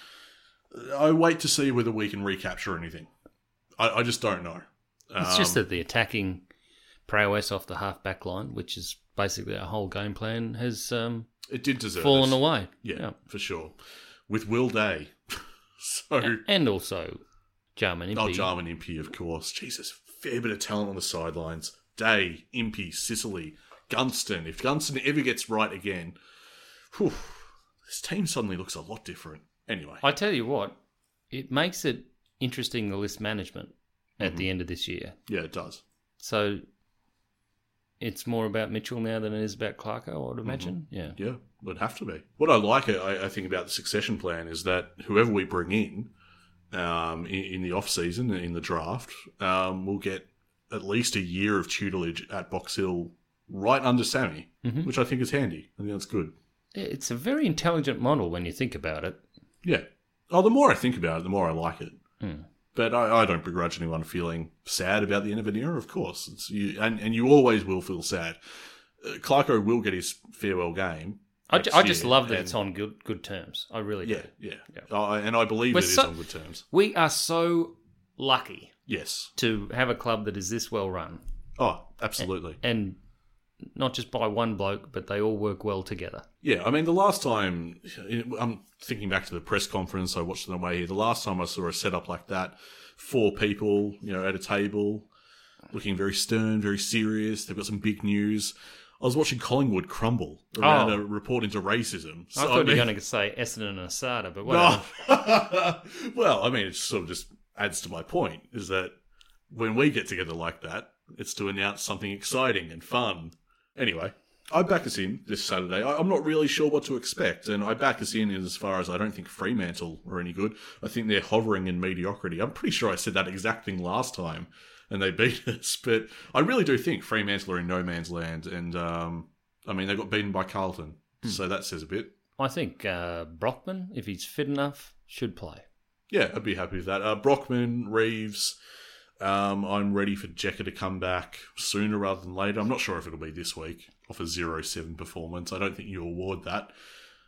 S1: I wait to see whether we can recapture anything. I, I just don't know.
S2: it's just that the attacking prowess off the half back line, which is basically our whole game plan, has um,
S1: It did deserve
S2: fallen
S1: us.
S2: away.
S1: Yeah, for sure. With Will Day, [LAUGHS] so
S2: And also Jarman
S1: Oh,
S2: Impey.
S1: Jarman Impey, of course. Jesus, fair bit of talent on the sidelines. Day, Impey, Sicily, Gunston. If Gunston ever gets right again, whew, this team suddenly looks a lot different. Anyway,
S2: I tell you what, it makes it
S1: Mm-hmm.
S2: interesting the list management at the end of this year.
S1: yeah, it does.
S2: So it's more about Mitchell now than it is about Clarko, I
S1: Mm-hmm.
S2: would imagine. Yeah.
S1: Yeah, would have to be. What I like, I, I think, about the succession plan is that whoever we bring in um, in, in the off season in the draft um, will get at least a year of tutelage at Box Hill, right under Sammy,
S2: Mhm.
S1: which I think is handy. I think that's good.
S2: It's a very intelligent model when you think about it.
S1: Yeah. Oh, the more I think about it, the more I like it.
S2: Hmm.
S1: But I, I don't begrudge anyone feeling sad about the end of an era. Of course, it's you, and and you always will feel sad. Uh, Clarko will get his farewell game.
S2: I, ju-
S1: next
S2: I just
S1: year,
S2: love that
S1: and-
S2: it's on good good terms. I really
S1: Yeah,
S2: do.
S1: yeah.
S2: Yeah.
S1: I- and I believe
S2: We're
S1: it is
S2: so-
S1: on good terms.
S2: We are so lucky
S1: Yes.
S2: to have a club that is this well run
S1: Oh, absolutely.
S2: and not just by one bloke, but they all work well together.
S1: Yeah, I mean, the last time, I'm thinking back to the press conference I watched on the way here, the last time I saw a setup like that, four people, you know, at a table, looking very stern, very serious, they've got some big news. I was watching Collingwood crumble around
S2: Oh.
S1: a report into racism. So,
S2: I thought you were
S1: mean-
S2: going to say Essendon and Asada, but whatever.
S1: [LAUGHS] No. [LAUGHS] well, I mean, it sort of just adds to my point is that when we get together like that, it's to announce something exciting and fun. Anyway, I back us in this Saturday. I, I'm not really sure what to expect, and I back us in as far as I don't think Fremantle are any good. I think they're hovering in mediocrity. I'm pretty sure I said that exact thing last time, and they [LAUGHS] beat us. But I really do think Fremantle are in no man's land, and um, I mean, they got beaten by Carlton, so that says a bit.
S2: I think uh, Brockman, if he's fit enough, should play.
S1: Yeah, I'd be happy with that. Uh, Brockman, Reeves. Um, I'm ready for Jekka to come back sooner rather than later. I'm not sure if it'll be this week off a 0 7 performance. I don't think you award that.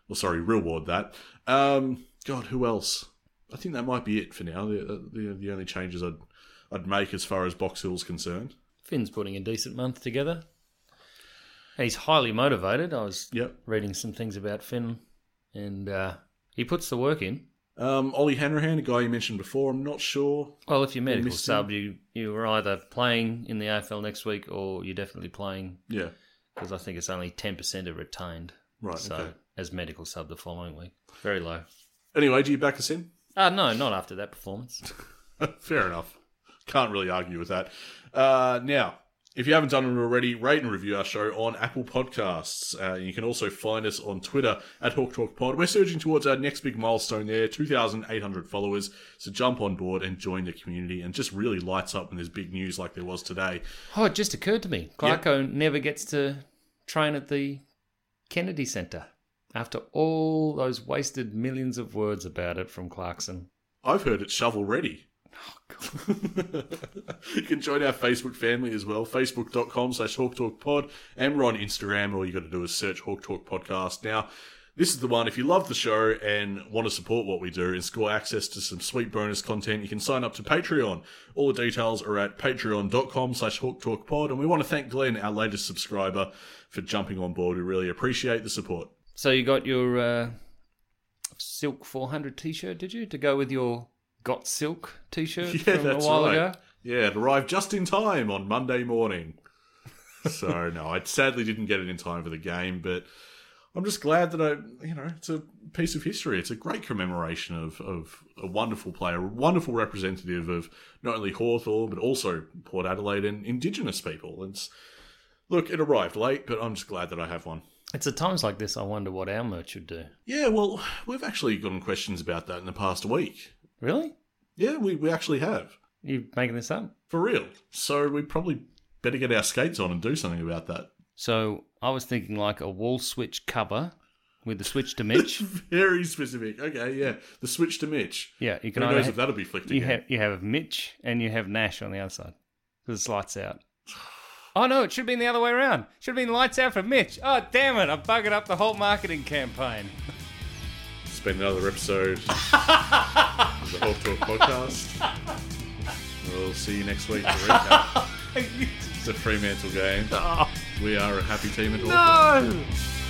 S1: Well, sorry, reward that. Um, God, who else? I think that might be it for now. The, uh, the, the only changes I'd, I'd make as far as Box Hill's concerned.
S2: Finn's putting a decent month together. He's highly motivated. I was
S1: Yep.
S2: reading some things about Finn, and uh, he puts the work in.
S1: Um, Ollie Hanrahan, a guy you mentioned before, I'm not sure.
S2: Well, if you're medical
S1: missed
S2: sub, you, you were either playing in the AFL next week or you're definitely playing
S1: Yeah,
S2: because I think it's only 10% are retained.
S1: right.
S2: So,
S1: Okay.
S2: as medical sub the following week. Very low.
S1: Anyway, do you back us in?
S2: Uh, no, not after that performance.
S1: [LAUGHS] Fair enough. Can't really argue with that. Uh, now, if you haven't done it already, rate and review our show on Apple Podcasts. Uh, you can also find us on Twitter at Hawk Talk Pod. We're surging towards our next big milestone there 2,800 followers. So jump on board and join the community and just really lights up when there's big news like there was today.
S2: Oh, it just occurred to me. Clarko never gets to train at the Kennedy Center after all those wasted millions of words about it from Clarkson.
S1: I've heard it's shovel ready. [LAUGHS] you can join our Facebook family as well, facebook.com slash Hawk Talk Pod, and we're on Instagram. All you got to do is search Hawk Talk Podcast. Now, this is the one, if you love the show and want to support what we do and score access to some sweet bonus content, you can sign up to Patreon. All the details are at patreon.com slash Hawk Talk Pod, and we want to thank Glenn, our latest subscriber, for jumping on board. We really appreciate the support.
S2: So you got your uh, Silk 400 t-shirt, did you? To go with your Got Silk [LAUGHS]
S1: [LAUGHS]
S2: t-shirt
S1: Yeah,
S2: from a
S1: that's
S2: while
S1: right.
S2: ago?
S1: Yeah, it arrived just in time on Monday morning. [LAUGHS] So no, I sadly didn't get it in time for the game, but I'm just glad that I, you know, it's a piece of history. It's a great commemoration of of a wonderful player, a wonderful representative of not only Hawthorn but also Port Adelaide and Indigenous people. It's look, it arrived late, but I'm just glad that I have one.
S2: It's at times like this I wonder what our merch should do.
S1: Yeah, well, we've actually gotten questions about that in the past week.
S2: Really?
S1: Yeah, we, we actually have.
S2: You making this up?
S1: For real. So we probably better get our skates on and do something about that. [LAUGHS]
S2: So I was thinking like a wall switch cover with the switch to [LAUGHS] Mitch.
S1: Very specific. Okay, yeah. The switch to Mitch.
S2: yeah, you
S1: Who
S2: can either
S1: knows
S2: ha-
S1: if that'll be flicked
S2: You
S1: again?
S2: have you have Mitch and you have Nash on the other side because it's lights out. [SIGHS] Oh no, it should have been the other way around. Should have been lights out for Mitch. Oh damn it, I'm bugging up the whole marketing campaign. [LAUGHS]
S1: Spend another episode of the Hawk Talk podcast. We'll see you next week to
S2: [LAUGHS] Oh.
S1: recap the Fremantle game. We are a happy team at Hawthorn.
S2: no.